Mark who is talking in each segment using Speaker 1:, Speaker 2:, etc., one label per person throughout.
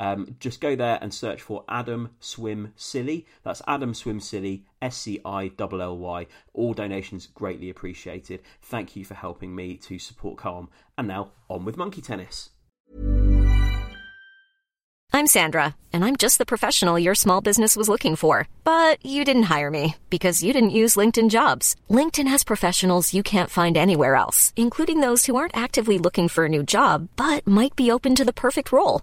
Speaker 1: Um, just go there and search for Adam Swim Silly. That's Adam Swim Silly, S C I L L Y. All donations greatly appreciated. Thank you for helping me to support Calm. And now on with Monkey Tennis.
Speaker 2: I'm Sandra, and I'm just the professional your small business was looking for. But you didn't hire me because you didn't use LinkedIn jobs. LinkedIn has professionals you can't find anywhere else, including those who aren't actively looking for a new job but might be open to the perfect role,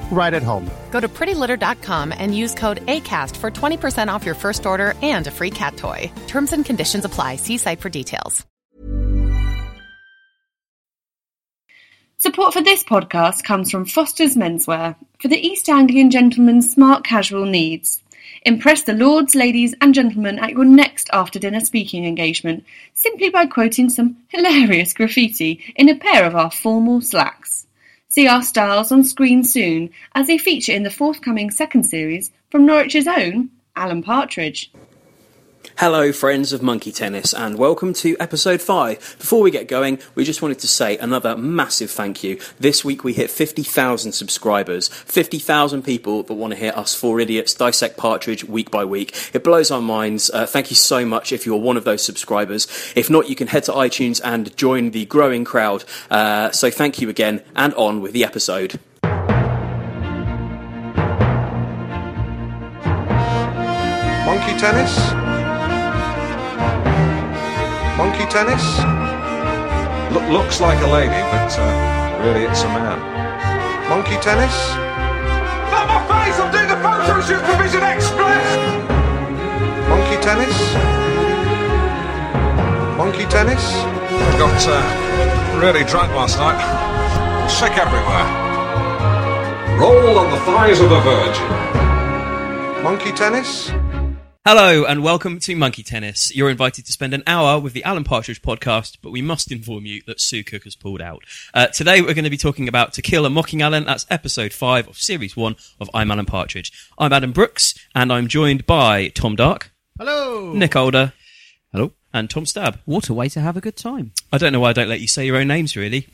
Speaker 3: right at home.
Speaker 4: Go to prettylitter.com and use code ACAST for 20% off your first order and a free cat toy. Terms and conditions apply. See site for details.
Speaker 5: Support for this podcast comes from Foster's Menswear for the East Anglian gentleman's smart casual needs. Impress the lords, ladies, and gentlemen at your next after dinner speaking engagement simply by quoting some hilarious graffiti in a pair of our formal slacks. See our styles on screen soon as they feature in the forthcoming second series from Norwich's own Alan Partridge.
Speaker 1: Hello, friends of Monkey Tennis, and welcome to episode 5. Before we get going, we just wanted to say another massive thank you. This week we hit 50,000 subscribers, 50,000 people that want to hear us four idiots dissect Partridge week by week. It blows our minds. Uh, thank you so much if you're one of those subscribers. If not, you can head to iTunes and join the growing crowd. Uh, so thank you again, and on with the episode.
Speaker 6: Monkey tennis? Monkey tennis? Look, looks like a lady, but uh, really it's a man. Monkey tennis? Not my face! I'm doing the photo shoot for Vision Express! Monkey tennis? Monkey tennis? I got uh, really drunk last night. Sick everywhere. Roll on the thighs of the Virgin. Monkey tennis?
Speaker 7: Hello and welcome to Monkey Tennis. You're invited to spend an hour with the Alan Partridge podcast, but we must inform you that Sue Cook has pulled out. Uh, today we're going to be talking about To Kill a Mocking Alan. That's episode five of series one of I'm Alan Partridge. I'm Adam Brooks and I'm joined by Tom Dark. Hello. Nick Older. Hello. And Tom Stab.
Speaker 8: What a way to have a good time.
Speaker 7: I don't know why I don't let you say your own names really.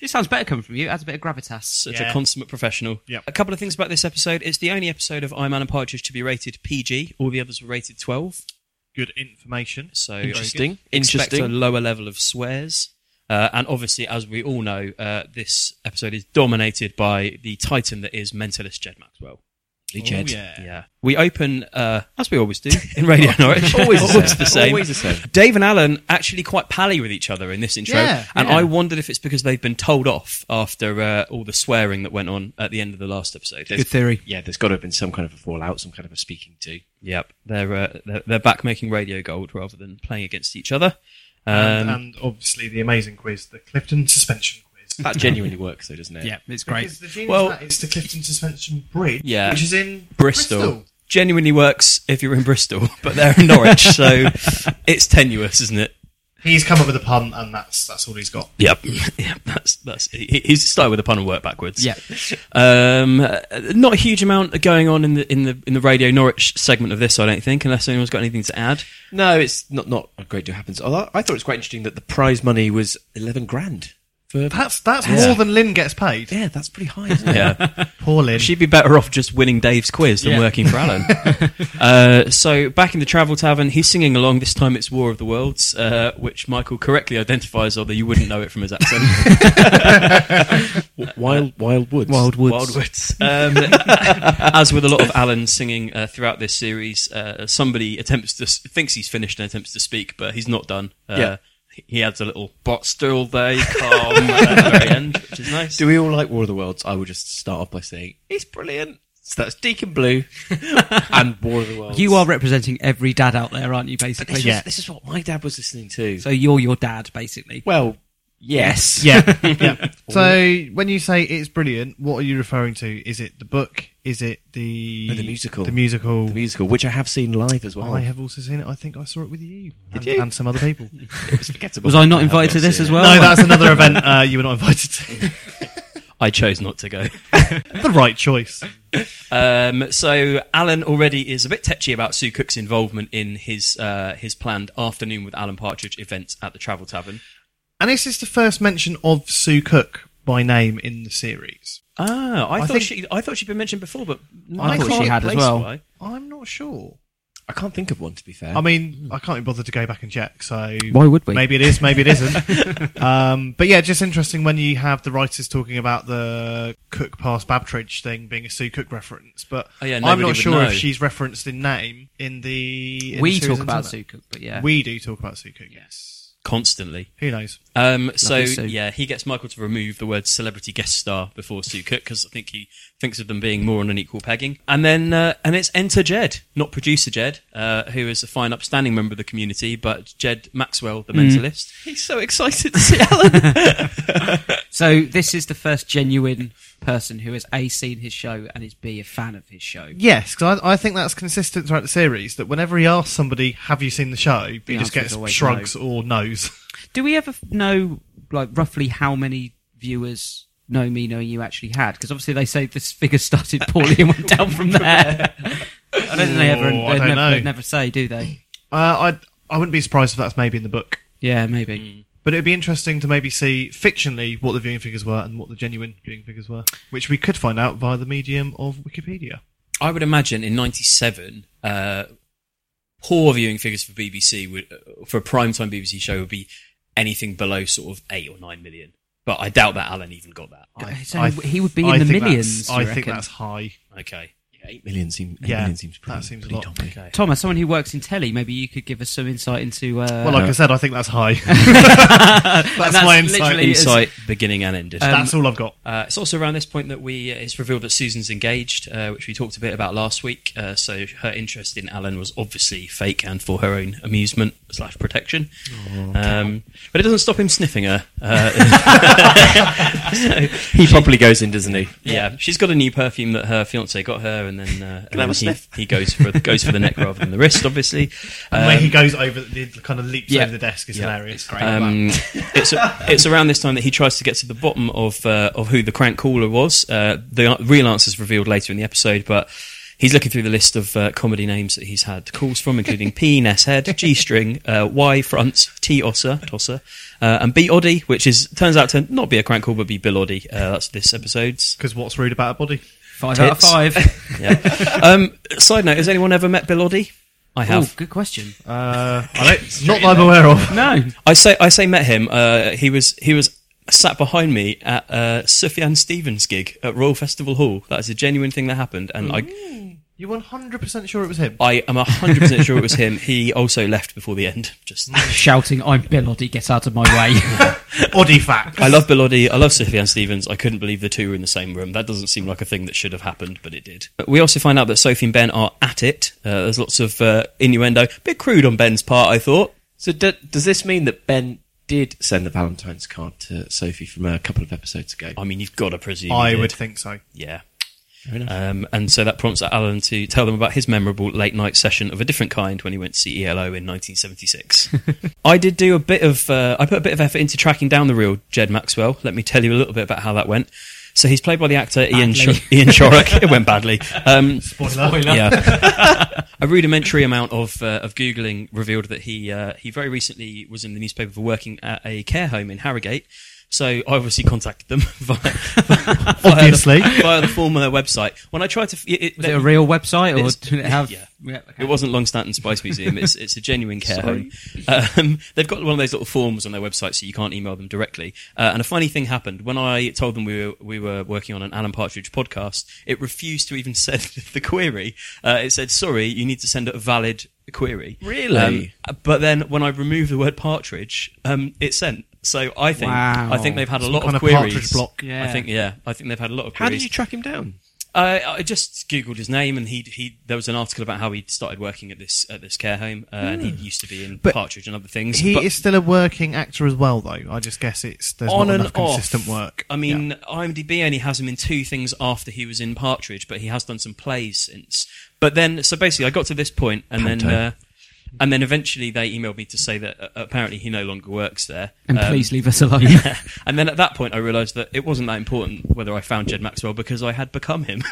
Speaker 8: It sounds better coming from you. It adds a bit of gravitas.
Speaker 7: Such a consummate professional. A couple of things about this episode. It's the only episode of I'm Alan Partridge to be rated PG. All the others were rated 12.
Speaker 9: good information.
Speaker 7: So
Speaker 8: Interesting.
Speaker 7: Expect
Speaker 8: Interesting.
Speaker 7: a lower level of swears. Uh, and obviously, as we all know, uh, this episode is dominated by the titan that is mentalist Jed Maxwell.
Speaker 8: The
Speaker 9: Oh,
Speaker 8: Jed.
Speaker 9: yeah.
Speaker 7: Yeah. We open, uh, as we always do in Radio Norwich. always, the same.
Speaker 8: Always the same.
Speaker 7: Dave and Alan actually quite pally with each other in this intro.
Speaker 8: Yeah,
Speaker 7: and
Speaker 8: yeah.
Speaker 7: I wondered if it's because they've been told off after uh, all the swearing that went on at the end of the last episode.
Speaker 8: Good theory.
Speaker 10: yeah, there's got to have been some kind of a fallout, some kind of a speaking to.
Speaker 7: Yep. They're, uh, they're, they're back making radio gold rather than playing against each other. Um,
Speaker 9: and, and obviously the amazing quiz, the Clifton suspension quiz.
Speaker 10: That genuinely works, though, doesn't it?
Speaker 8: Yeah, it's
Speaker 9: Because
Speaker 8: great.
Speaker 9: the genius
Speaker 7: Well-
Speaker 9: well, it's the Clifton suspension bridge,
Speaker 7: Yeah.
Speaker 9: which is in
Speaker 7: Bristol.
Speaker 9: Bristol.
Speaker 7: Genuinely works if you're in Bristol, but they're in Norwich, so it's tenuous, isn't it?
Speaker 9: He's come up with a pun, and that's that's all he's got.
Speaker 1: Yep, yep. That's that's he- he's started with a pun and worked backwards.
Speaker 9: Yeah.
Speaker 1: um, uh, not a huge amount going on in the in the in the Radio Norwich segment of this, I don't think, unless anyone's got anything to add.
Speaker 7: No, it's not not a great deal happens. Although I thought it was quite interesting that the prize money was eleven grand. For
Speaker 9: That's that's
Speaker 7: Yeah.
Speaker 9: more than Lynn gets paid.
Speaker 7: Yeah, that's pretty high. Isn't it?
Speaker 1: Yeah,
Speaker 9: Poor Lynn.
Speaker 1: she'd be better off just winning Dave's quiz than
Speaker 7: Yeah.
Speaker 1: working for Alan. uh, so back in the Travel Tavern, he's singing along. This time it's War of the Worlds, uh, which Michael correctly identifies, although you wouldn't know it from his accent.
Speaker 7: Wild Wild Woods.
Speaker 8: Wild Woods.
Speaker 1: Wild Woods. Um, as with a lot of Alan singing uh, throughout this series, uh, somebody attempts to thinks he's finished and attempts to speak, but he's not done. Uh,
Speaker 7: Yeah.
Speaker 1: He adds a little, but still they come at the very end, which is nice.
Speaker 7: Do we all like War of the Worlds? I would just start off by saying it's brilliant. So that's Deacon Blue and War of the Worlds.
Speaker 8: You are representing every dad out there, aren't you?
Speaker 7: But
Speaker 8: Basically,
Speaker 7: This, was, this is what my dad was listening to.
Speaker 8: So you're your dad, basically.
Speaker 7: well, yes.
Speaker 9: Yeah, yeah. So when you say it's brilliant, what are you referring to? Is it the book? Is it the
Speaker 7: No, Oh, the musical.
Speaker 9: The musical.
Speaker 7: The musical, which I have seen live as well.
Speaker 9: I have also seen it. I think I saw it with you, and,
Speaker 7: you?
Speaker 9: and some other people.
Speaker 7: It was forgettable.
Speaker 8: Was I not
Speaker 7: have
Speaker 8: invited to this
Speaker 7: seen
Speaker 8: as
Speaker 7: it.
Speaker 8: well?
Speaker 9: no, that's another event uh, you were not invited to.
Speaker 1: I chose not to go.
Speaker 9: the right choice.
Speaker 1: Um, so Alan already is a bit tetchy about Sue Cook's involvement in his uh, his planned afternoon with Alan Partridge event at the Travel Tavern.
Speaker 9: And this is the first mention of Sue Cook by name in the series.
Speaker 1: Ah, I,
Speaker 9: I
Speaker 1: thought
Speaker 9: think-
Speaker 1: she I thought she'd been mentioned before, but
Speaker 9: I thought she
Speaker 1: can't
Speaker 8: had as
Speaker 1: place
Speaker 8: well.
Speaker 1: why.
Speaker 9: I'm not sure.
Speaker 7: I can't think of one, to be fair.
Speaker 9: I mean, I can't be bothered to go back and check. So
Speaker 8: Why would we?
Speaker 9: Maybe it is, maybe it isn't. um, but yeah, just interesting when you have the writers talking about the Cook past Babtridge thing being a Sue Cook reference. But
Speaker 1: Oh, yeah,
Speaker 9: I'm
Speaker 1: nobody
Speaker 9: not
Speaker 1: would
Speaker 9: sure
Speaker 1: know.
Speaker 9: if she's referenced in name in the. in
Speaker 8: we
Speaker 9: the series
Speaker 8: talk about
Speaker 9: until now.
Speaker 8: Zuko, but yeah,
Speaker 9: We do talk about Sue Cook. Yes.
Speaker 1: constantly.
Speaker 9: Who knows?
Speaker 1: Um, so
Speaker 8: Sue.
Speaker 1: yeah, he gets Michael to remove the word celebrity guest star before Sue Cook because I think he thinks of them being more on an equal pegging. And then uh, and it's enter Jed, not producer Jed, uh, who is a fine, upstanding member of the community, but Jed Maxwell, the
Speaker 8: Mm.
Speaker 1: mentalist. He's so excited to see Alan.
Speaker 8: So this is the first genuine person who has a seen his show and is b a fan of his show.
Speaker 9: Yes, because I, I think that's consistent throughout the series that whenever he asks somebody, "Have you seen the show?" he just
Speaker 8: answer is
Speaker 9: gets
Speaker 8: always
Speaker 9: shrugs or no's.
Speaker 8: Do we ever f- know like roughly how many viewers know me knowing you actually had? Because obviously they say this figure started poorly and went down from there. I don't think they ever.
Speaker 9: Oh, I
Speaker 8: they
Speaker 9: don't
Speaker 8: never,
Speaker 9: know.
Speaker 8: they'd never say, do they?
Speaker 9: Uh, I I wouldn't be surprised if that's maybe in the book.
Speaker 8: Yeah, maybe.
Speaker 9: But it'd be interesting to maybe see fictionally what the viewing figures were and what the genuine viewing figures were, which we could find out via the medium of Wikipedia.
Speaker 1: I would imagine in '97, uh, poor viewing figures for BBC would uh, for a primetime BBC show would be anything below sort of eight or nine million. But I doubt that Alan even got that.
Speaker 8: Uh, So he would be in the
Speaker 9: think that's-
Speaker 8: millions, you
Speaker 9: I think
Speaker 8: reckon?
Speaker 9: that's high.
Speaker 1: Okay.
Speaker 7: Yeah, eight million seems. Eight
Speaker 9: Yeah,
Speaker 7: million seems pretty.
Speaker 9: that seems a
Speaker 7: pretty
Speaker 9: lot.
Speaker 7: dominant.
Speaker 1: Okay.
Speaker 8: Tom, as someone who works in telly, maybe you could give us some insight into. Uh,
Speaker 9: Well, like I said, I think that's high. that's,
Speaker 8: that's
Speaker 9: my insight.
Speaker 8: literally- um, is-
Speaker 1: Insight, beginning and ended.
Speaker 7: Um,
Speaker 9: that's all I've got.
Speaker 1: Uh, it's also around this point that we uh, it's revealed that Susan's engaged, uh, which we talked a bit about last week. Uh, so her interest in Alan was obviously fake and for her own amusement slash protection. um, but it doesn't stop him sniffing her. Uh,
Speaker 7: He probably goes in, doesn't he?
Speaker 1: yeah, she's got a new perfume that her fiance got her, and then, uh, and
Speaker 7: have
Speaker 1: then
Speaker 7: a
Speaker 1: he,
Speaker 7: sniff?
Speaker 1: he goes for goes for the neck rather than the wrist, obviously.
Speaker 9: And where he goes over, the kind of leaps
Speaker 8: um, yeah.
Speaker 9: over the desk is hilarious.
Speaker 1: Um, it's it's around this time that he tries to get to the bottom of uh, of who the crank caller was. Uh, the a- real answer is revealed later in the episode, but he's looking through the list of uh, comedy names that he's had calls from, including P Ness Head, G String, uh, Y Front, T Osser, Tosser, uh, and B Oddie, which is turns out to not be a crank call but be Bill Oddie. Uh, that's this episode's.
Speaker 9: Because what's rude about a body?
Speaker 8: five out of
Speaker 1: tits.
Speaker 8: five.
Speaker 1: Yeah. um, side note: Has anyone ever met Bill Oddie? I have.
Speaker 8: oh, good question.
Speaker 9: Uh, I don't, not that I'm aware of.
Speaker 8: no,
Speaker 1: I say I say met him. Uh, he was he was sat behind me at uh, Sufjan Stevens gig at Royal Festival Hall. That is a genuine thing that happened, and I
Speaker 9: You 100% sure it was him?
Speaker 1: I am hundred percent sure it was him. He also left before the end. Just
Speaker 8: shouting, "I'm Bill Oddie, get out of my way!"
Speaker 9: Oddie fact.
Speaker 1: I love Bellotti. I love Sufjan Stevens. I couldn't believe the two were in the same room. That doesn't seem like a thing that should have happened, but it did. But we also find out that Sophie and Ben are at it. Uh, there's lots of uh, innuendo. Bit crude on Ben's part, I thought.
Speaker 7: So do, does this mean that Ben did send the Valentine's card to Sophie from a couple of episodes ago?
Speaker 1: I mean, you've got to presume. he
Speaker 9: I
Speaker 1: did.
Speaker 9: would think so.
Speaker 1: Yeah. Um, and so that prompts Alan to tell them about his memorable late night session of a different kind when he went to see ELO in 1976. I did do a bit of, uh, I put a bit of effort into tracking down the real Jed Maxwell. Let me tell you a little bit about how that went. So he's played by the actor Ian,
Speaker 8: Badly.
Speaker 1: Sh- Ian Shorrock. it went badly. Um,
Speaker 9: Spoiler.
Speaker 1: yeah. a rudimentary amount of uh, of googling revealed that he uh, he very recently was in the newspaper for working at a care home in Harrogate. So I obviously contacted them via, via
Speaker 9: Obviously.
Speaker 1: the, via the form on their website. When I tried to, f- it, it,
Speaker 8: Was it a real website or
Speaker 1: It's-
Speaker 8: did it have?
Speaker 1: yeah.
Speaker 8: okay.
Speaker 1: it wasn't Long Stanton Spice Museum. It's it's a genuine care home. Um, they've got one of those little forms on their website, so you can't email them directly. Uh, and a funny thing happened when I told them we were we were working on an Alan Partridge podcast. It refused to even send the query. Uh, it said, "Sorry, you need to send a valid query."
Speaker 7: Really?
Speaker 1: Um, but then when I removed the word partridge, um, it sent. So I think
Speaker 8: Wow.
Speaker 1: I think they've had a lot
Speaker 9: kind
Speaker 1: of
Speaker 9: of
Speaker 1: queries.
Speaker 9: partridge block.
Speaker 1: I
Speaker 8: Yeah.
Speaker 1: think yeah, I think they've had a lot of.
Speaker 7: How
Speaker 1: queries.
Speaker 7: did you track him down?
Speaker 1: I, Uh, I just googled his name, and he he. There was an article about how he started working at this at this care home, uh, and he used to be in
Speaker 9: Hmm. But
Speaker 1: Partridge and other things.
Speaker 9: He
Speaker 1: but
Speaker 9: is still a working actor as well, though. I just guess it's there's
Speaker 1: on
Speaker 9: not
Speaker 1: and
Speaker 9: enough consistent
Speaker 1: off.
Speaker 9: work.
Speaker 1: I mean, IMDb only has him in two things after he was in Partridge, but he has done some plays since. But then, so basically, I got to this point, and then.
Speaker 7: Panto.
Speaker 1: Uh, and then eventually they emailed me to say that uh, apparently he no longer works there.
Speaker 8: And
Speaker 1: Um,
Speaker 8: please leave us alone.
Speaker 1: and then at that point I realised that it wasn't that important whether I found Jed Maxwell because I had become him.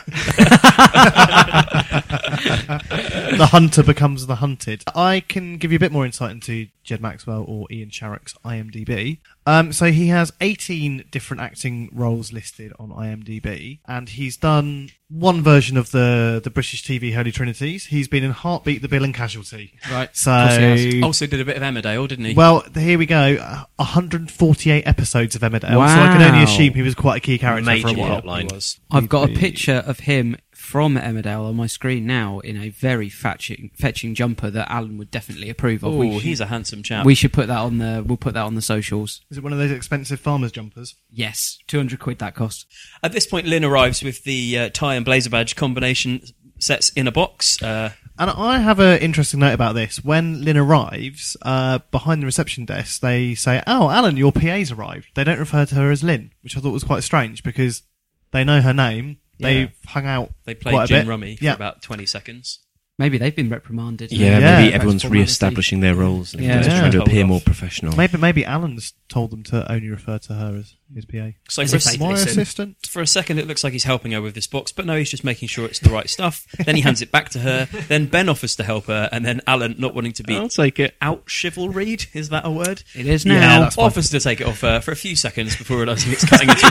Speaker 1: uh,
Speaker 9: yeah. the hunter becomes the hunted. I can give you a bit more insight into Jed Maxwell or Ian Sharrock's IMDb. Um, so he has 18 different acting roles listed on IMDb, and he's done one version of the the British TV Holy Trinities. He's been in Heartbeat, The Bill, and Casualty.
Speaker 8: Right.
Speaker 9: So
Speaker 8: Of course he has.
Speaker 1: also did a bit of Emmerdale, didn't he?
Speaker 9: Well, here we go. Uh, 148 episodes of Emmerdale. So I can only
Speaker 8: Wow.
Speaker 9: assume he was quite a key character for a
Speaker 7: Major
Speaker 9: while.
Speaker 7: outline.
Speaker 1: was.
Speaker 8: I've got a picture of him from Emmerdale on my screen now in a very fetching, fetching jumper that Alan would definitely approve of. We
Speaker 1: Oh,
Speaker 8: should-
Speaker 1: he's a handsome chap.
Speaker 8: we should put that on the. We'll put that on the socials.
Speaker 9: Is it one of those expensive farmers jumpers?
Speaker 8: Yes, two hundred quid that cost.
Speaker 1: At this point, Lynn arrives with the uh, tie and blazer badge combination sets in a box. Uh,
Speaker 9: And I have an interesting note about this. When Lynn arrives, uh, behind the reception desk, they say, Oh, Alan, your PA's arrived. They don't refer to her as Lynn, which I thought was quite strange because they know her name. They've hung out.
Speaker 1: they play
Speaker 9: quite a
Speaker 1: gin
Speaker 9: bit.
Speaker 1: rummy for
Speaker 9: Yeah.
Speaker 1: about 20 seconds.
Speaker 8: Maybe they've been reprimanded.
Speaker 7: Yeah,
Speaker 9: Yeah.
Speaker 7: maybe
Speaker 9: That's
Speaker 7: everyone's
Speaker 8: formality.
Speaker 7: re-establishing their roles and
Speaker 8: Yeah.
Speaker 7: everyone's
Speaker 9: Yeah.
Speaker 7: trying to
Speaker 1: Hold
Speaker 7: appear
Speaker 1: off.
Speaker 7: more professional.
Speaker 9: Maybe, maybe Alan's told them to only refer to her as his PA.
Speaker 1: So
Speaker 8: As
Speaker 1: for a,
Speaker 8: if they
Speaker 1: s-
Speaker 9: My
Speaker 8: listen.
Speaker 9: assistant.
Speaker 1: for a second, it looks like he's helping her with this box, but no, he's just making sure it's the right stuff. then he hands it back to her. Then Ben offers to help her, and then Alan, not wanting to be
Speaker 7: I'll take it.
Speaker 1: out chivalried, is that a word?
Speaker 8: It is
Speaker 9: Yeah,
Speaker 8: now.
Speaker 9: that's fine.
Speaker 1: offers to take it off her for a few seconds before realizing it's cutting into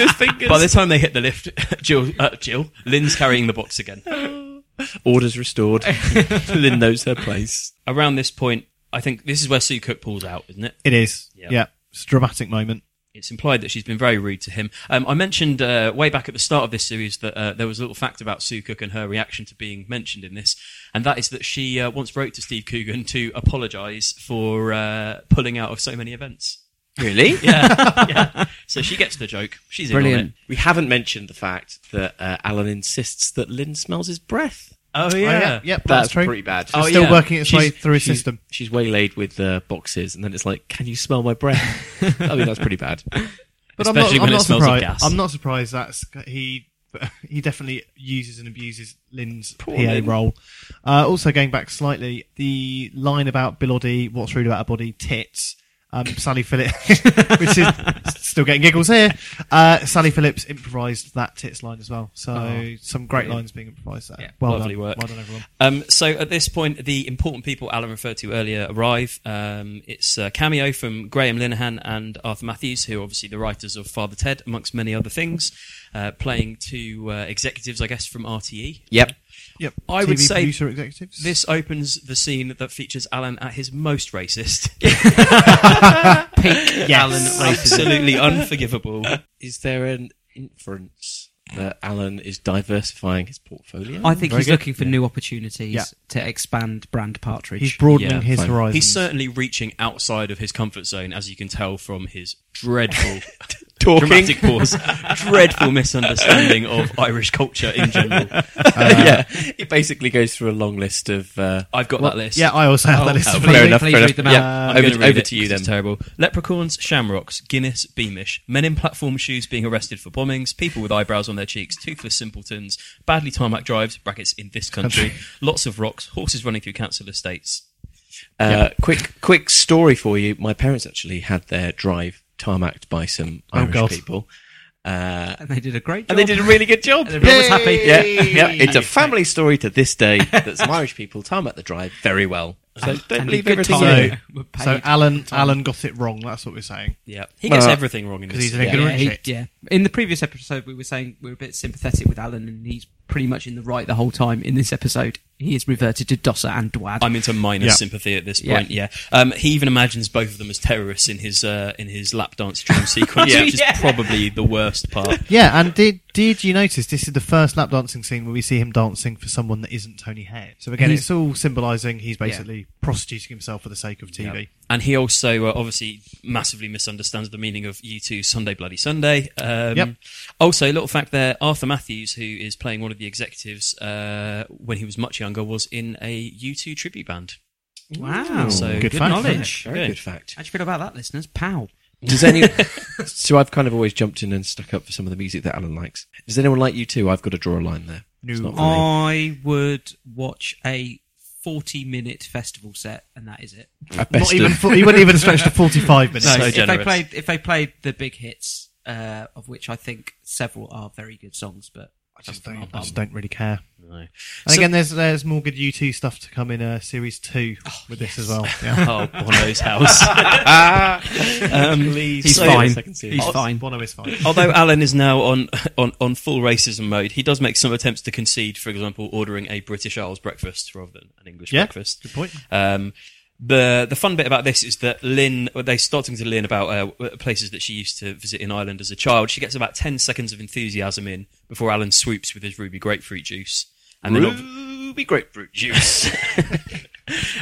Speaker 1: his finger. By the time they hit the lift, Jill, uh, Jill, Lynn's carrying the box again.
Speaker 7: Orders restored. Lynn knows her place.
Speaker 1: Around this point, I think this is where Sue Cook pulls out, isn't it?
Speaker 9: It is.
Speaker 1: Yeah.
Speaker 9: yeah. It's a dramatic moment.
Speaker 1: it's implied that she's been very rude to him. Um, I mentioned uh, way back at the start of this series that uh, there was a little fact about Sue Cook and her reaction to being mentioned in this, and that is that she uh, once wrote to Steve Coogan to apologise for uh, pulling out of so many events.
Speaker 7: Really?
Speaker 1: So she gets the joke. She's
Speaker 8: Brilliant.
Speaker 7: We haven't mentioned the fact that uh, Alan insists that Lynn smells his breath.
Speaker 1: in on it. Oh
Speaker 9: Oh,
Speaker 1: yeah.
Speaker 9: yeah. Yep,
Speaker 7: That's
Speaker 9: that's, true.
Speaker 7: pretty bad.
Speaker 9: It's
Speaker 1: Oh,
Speaker 9: still
Speaker 1: yeah.
Speaker 9: working its
Speaker 7: She's-
Speaker 9: way through his
Speaker 7: she's-
Speaker 9: system.
Speaker 7: She's waylaid with uh, boxes, and then it's like, "Can you smell my breath?" I mean, that's pretty bad.
Speaker 9: But
Speaker 1: Especially when
Speaker 9: I'm not, I'm
Speaker 1: it
Speaker 9: not
Speaker 1: smells of
Speaker 9: surprised.
Speaker 1: gas.
Speaker 9: I'm not surprised that's he. He definitely uses and abuses Lynn's
Speaker 7: Poor
Speaker 9: PA
Speaker 7: Lynn.
Speaker 9: role. Uh, also, going back slightly, the line about Bilody, what's rude about a body, tits. Um, Sally Phillips, which is still getting giggles here. Uh, Sally Phillips improvised that tits line as well. So some great lines being improvised there. well
Speaker 1: Ah, lovely
Speaker 9: done.
Speaker 1: work.
Speaker 9: Well done, everyone.
Speaker 1: Um, so at this point, the important people Alan referred to earlier arrive. Um, it's a cameo from Graham Linehan and Arthur Matthews, who are obviously the writers of Father Ted, amongst many other things, uh, playing two uh, executives, I guess, from E. RTE.
Speaker 7: Yep.
Speaker 9: Yep.
Speaker 1: I
Speaker 9: TV
Speaker 1: would say
Speaker 9: producer executives.
Speaker 1: This opens the scene that features Alan at his most racist.
Speaker 8: Peak Alan racism.
Speaker 1: Absolutely unforgivable.
Speaker 7: Is there an inference that Alan is diversifying his portfolio?
Speaker 8: I think
Speaker 9: Very
Speaker 8: he's
Speaker 9: good.
Speaker 8: looking for new opportunities
Speaker 9: Yeah.
Speaker 8: to expand brand Partridge.
Speaker 9: he's broadening
Speaker 1: Yeah,
Speaker 9: his
Speaker 7: fine.
Speaker 9: horizons.
Speaker 1: He's certainly reaching outside of his comfort zone, as you can tell from his dreadful talking.
Speaker 7: Dramatic pause.
Speaker 1: Dreadful misunderstanding of Irish culture in general.
Speaker 7: yeah, it basically goes through a long list of. Uh,
Speaker 1: I've got that list.
Speaker 9: Yeah, I also have that list.
Speaker 7: oh,
Speaker 9: of
Speaker 7: fair enough.
Speaker 8: please
Speaker 7: fair
Speaker 8: read
Speaker 7: enough.
Speaker 8: them out.
Speaker 7: Yeah,
Speaker 1: I'm
Speaker 7: over,
Speaker 1: gonna read
Speaker 7: over
Speaker 1: it
Speaker 7: to you
Speaker 1: 'cause
Speaker 7: then.
Speaker 1: it's terrible. Leprechauns, shamrocks, Guinness, Beamish, men in platform shoes being arrested for bombings, people with eyebrows on their cheeks, toothless simpletons, badly tarmac drives (brackets in this country), lots of rocks, horses running through council estates.
Speaker 7: Uh, Quick, quick story for you. My parents actually had their drive tarmacked by some Irish
Speaker 9: Oh, God.
Speaker 7: people, uh,
Speaker 8: and they did a great job.
Speaker 7: and they did a really good job.
Speaker 8: Everyone was happy.
Speaker 7: Yeah, yeah. It's a family story to this day that some Irish people tarmac the drive very well. So don't
Speaker 8: and
Speaker 7: believe
Speaker 8: good
Speaker 7: everything.
Speaker 8: time.
Speaker 7: you
Speaker 9: So,
Speaker 7: hear.
Speaker 8: We're paid
Speaker 9: so Alan, Alan got it wrong. That's what we're saying.
Speaker 1: Yeah, he gets
Speaker 7: Well,
Speaker 1: everything wrong in this.
Speaker 9: Because he's an
Speaker 7: Yeah.
Speaker 9: ignorant
Speaker 8: Yeah, he-
Speaker 9: shit.
Speaker 8: yeah. In the previous episode, we were saying we are a bit sympathetic with Alan, and he's pretty much in the right the whole time. In this episode, he is reverted to Dosser and Dwad.
Speaker 1: I'm into minor
Speaker 9: Yeah.
Speaker 1: sympathy at this
Speaker 8: Yeah.
Speaker 1: point. Yeah, Um, he even imagines both of them as terrorists in his uh, in his lap dance dream sequence,
Speaker 8: Yeah.
Speaker 1: which is
Speaker 8: Yeah.
Speaker 1: probably the worst part.
Speaker 9: Yeah, and did did you notice this is the first lap dancing scene where we see him dancing for someone that isn't Tony Hare? So again,
Speaker 8: He's-
Speaker 9: it's all symbolising he's basically prostituting himself for the sake of TV.
Speaker 1: And he also uh, obviously massively misunderstands the meaning of U2's Sunday Bloody Sunday. Um,
Speaker 9: Yep.
Speaker 1: Also, a little fact there Arthur Matthews, who is playing one of the executives uh, when he was much younger, was in a U2 tribute band.
Speaker 8: wow,
Speaker 1: So
Speaker 9: good fact.
Speaker 8: knowledge.
Speaker 7: Very good fact.
Speaker 8: How do you feel about that, listeners? Pow.
Speaker 7: Does any? so I've kind of always jumped in and stuck up for some of the music that Alan likes. Does anyone like you too? I've got to draw a line there.
Speaker 9: No.
Speaker 7: It's not for me.
Speaker 8: I would watch a forty-minute festival set, and that is it.
Speaker 7: At
Speaker 9: Not
Speaker 7: best
Speaker 9: even
Speaker 7: of-
Speaker 9: fo- he wouldn't even stretch to forty five minutes.
Speaker 1: So
Speaker 8: if
Speaker 1: generous.
Speaker 8: they played, if they played the big hits, uh, of which I think several are very good songs, but
Speaker 9: I just don't, I just don't really care.
Speaker 1: No.
Speaker 9: And again, there's there's more good U2 stuff to come in uh, series two
Speaker 8: Oh,
Speaker 9: with this as well. Yeah.
Speaker 1: Oh, Bono's house.
Speaker 7: Ah.
Speaker 1: Um,
Speaker 9: Please,
Speaker 8: he's
Speaker 1: So-
Speaker 8: fine.
Speaker 7: Second series.
Speaker 8: He's fine.
Speaker 9: Bono is fine.
Speaker 1: Although Alan is now on, on, on full racism mode, he does make some attempts to concede, for example, ordering a British Isles breakfast rather than an English
Speaker 9: Yeah,
Speaker 1: breakfast.
Speaker 9: good point.
Speaker 1: Um, the the fun bit about this is that Lynn, they start talking to Lynn about uh, places that she used to visit in Ireland as a child. She gets about 10 seconds of enthusiasm in before Alan swoops with his ruby grapefruit juice. And then, ob-
Speaker 7: Ruby grapefruit juice.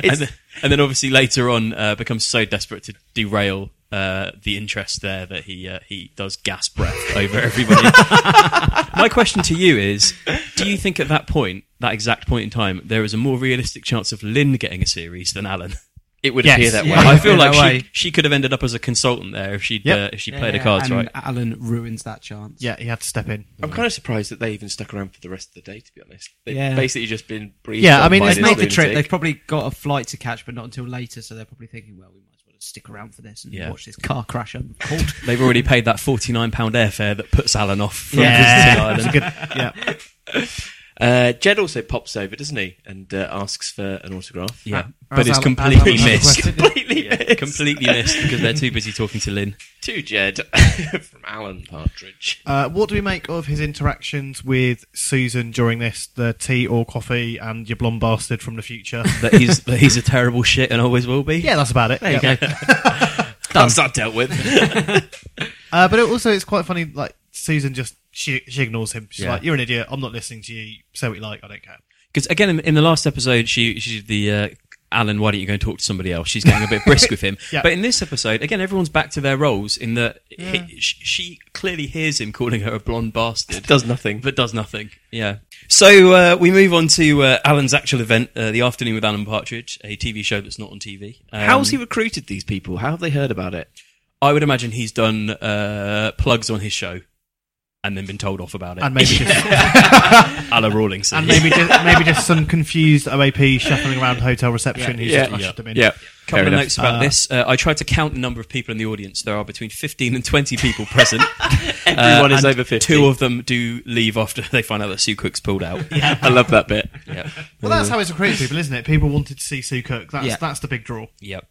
Speaker 1: and, then, and then obviously later on uh, becomes so desperate to derail uh, the interest there that he uh, he does gas breath over everybody. My question to you is: Do you think at that point, that exact point in time, there is a more realistic chance of Lynn getting a series than Alan?
Speaker 7: it would
Speaker 9: Yes.
Speaker 7: appear that
Speaker 8: Yeah.
Speaker 7: way.
Speaker 1: I feel
Speaker 8: in
Speaker 1: like
Speaker 8: that way.
Speaker 1: she, she could have ended up as a consultant there if she
Speaker 9: Yep.
Speaker 1: uh, if she played her cards
Speaker 8: and
Speaker 1: right.
Speaker 8: Alan ruins that chance.
Speaker 9: Yeah, he had to step in.
Speaker 7: I'm kind of surprised that they even stuck around for the rest of the day. To be honest, they've
Speaker 8: Yeah.
Speaker 7: basically just been briefed.
Speaker 9: Yeah, I
Speaker 7: on
Speaker 9: mean,
Speaker 7: by
Speaker 9: it's
Speaker 7: this
Speaker 9: not
Speaker 8: made the trip.
Speaker 7: lunatic.
Speaker 8: They've probably got a flight to catch, but not until later. So they're probably thinking, well, we might as well just stick around for this and
Speaker 1: Yeah.
Speaker 8: watch this car crash unfold.
Speaker 1: They've already paid that forty nine pound airfare that puts Alan off from visiting
Speaker 9: Yeah,
Speaker 1: Ireland.
Speaker 9: that's a good. Yeah,
Speaker 7: Uh, Jed also pops over, doesn't he, and uh, asks for an autograph.
Speaker 1: Yeah,
Speaker 9: as
Speaker 1: but it's
Speaker 9: Alan-
Speaker 1: completely
Speaker 9: as Alan has
Speaker 1: missed.
Speaker 9: requested.
Speaker 7: Completely
Speaker 1: Yeah, completely missed because they're too busy talking to Lynn.
Speaker 7: to Jed from Alan Partridge.
Speaker 9: Uh, what do we make of his interactions with Susan during this? The tea or coffee and your blonde bastard from the future.
Speaker 1: That he's that he's a terrible shit and always will be.
Speaker 9: yeah, that's about it. Yeah.
Speaker 7: That's that dealt with.
Speaker 9: Uh, but it also, it's quite funny. Like Susan just she she ignores him. She's
Speaker 1: Yeah.
Speaker 9: like, "You're an idiot. I'm not listening to you. Say what you like. I don't care."
Speaker 1: Because again, in, in the last episode, she she did the uh, Alan, why don't you go and talk to somebody else? She's getting a bit brisk with him.
Speaker 9: Yeah.
Speaker 1: But in this episode, again, everyone's back to their roles. In that he, sh she clearly hears him calling her a blonde bastard.
Speaker 7: Does nothing.
Speaker 1: But does nothing. Yeah. So uh, we move on to uh, Alan's actual event, uh, The Afternoon with Alan Partridge, a TV show that's not on TV. Um,
Speaker 7: How's he recruited these people? How have they heard about it?
Speaker 1: I would imagine he's done uh, plugs on his show and then been told off about it.
Speaker 9: And maybe just,
Speaker 1: a la Rawlings.
Speaker 9: and maybe just, maybe just some confused OAP shuffling around hotel reception who's just ushered them in.
Speaker 1: couple
Speaker 7: Fair
Speaker 1: of
Speaker 7: enough.
Speaker 1: notes about this. Uh, I tried to count the number of people in the audience. There are between 15 and 20 people present. Uh,
Speaker 7: Everyone is
Speaker 1: and
Speaker 7: over 50.
Speaker 1: Two of them do leave after they find out that Sue Cook's pulled out.
Speaker 7: I love that bit.
Speaker 1: Yep.
Speaker 9: Well, that's how it's recruited people, isn't it? People wanted to see Sue Cook. That's
Speaker 8: Yeah.
Speaker 9: that's the big draw.
Speaker 1: Yep.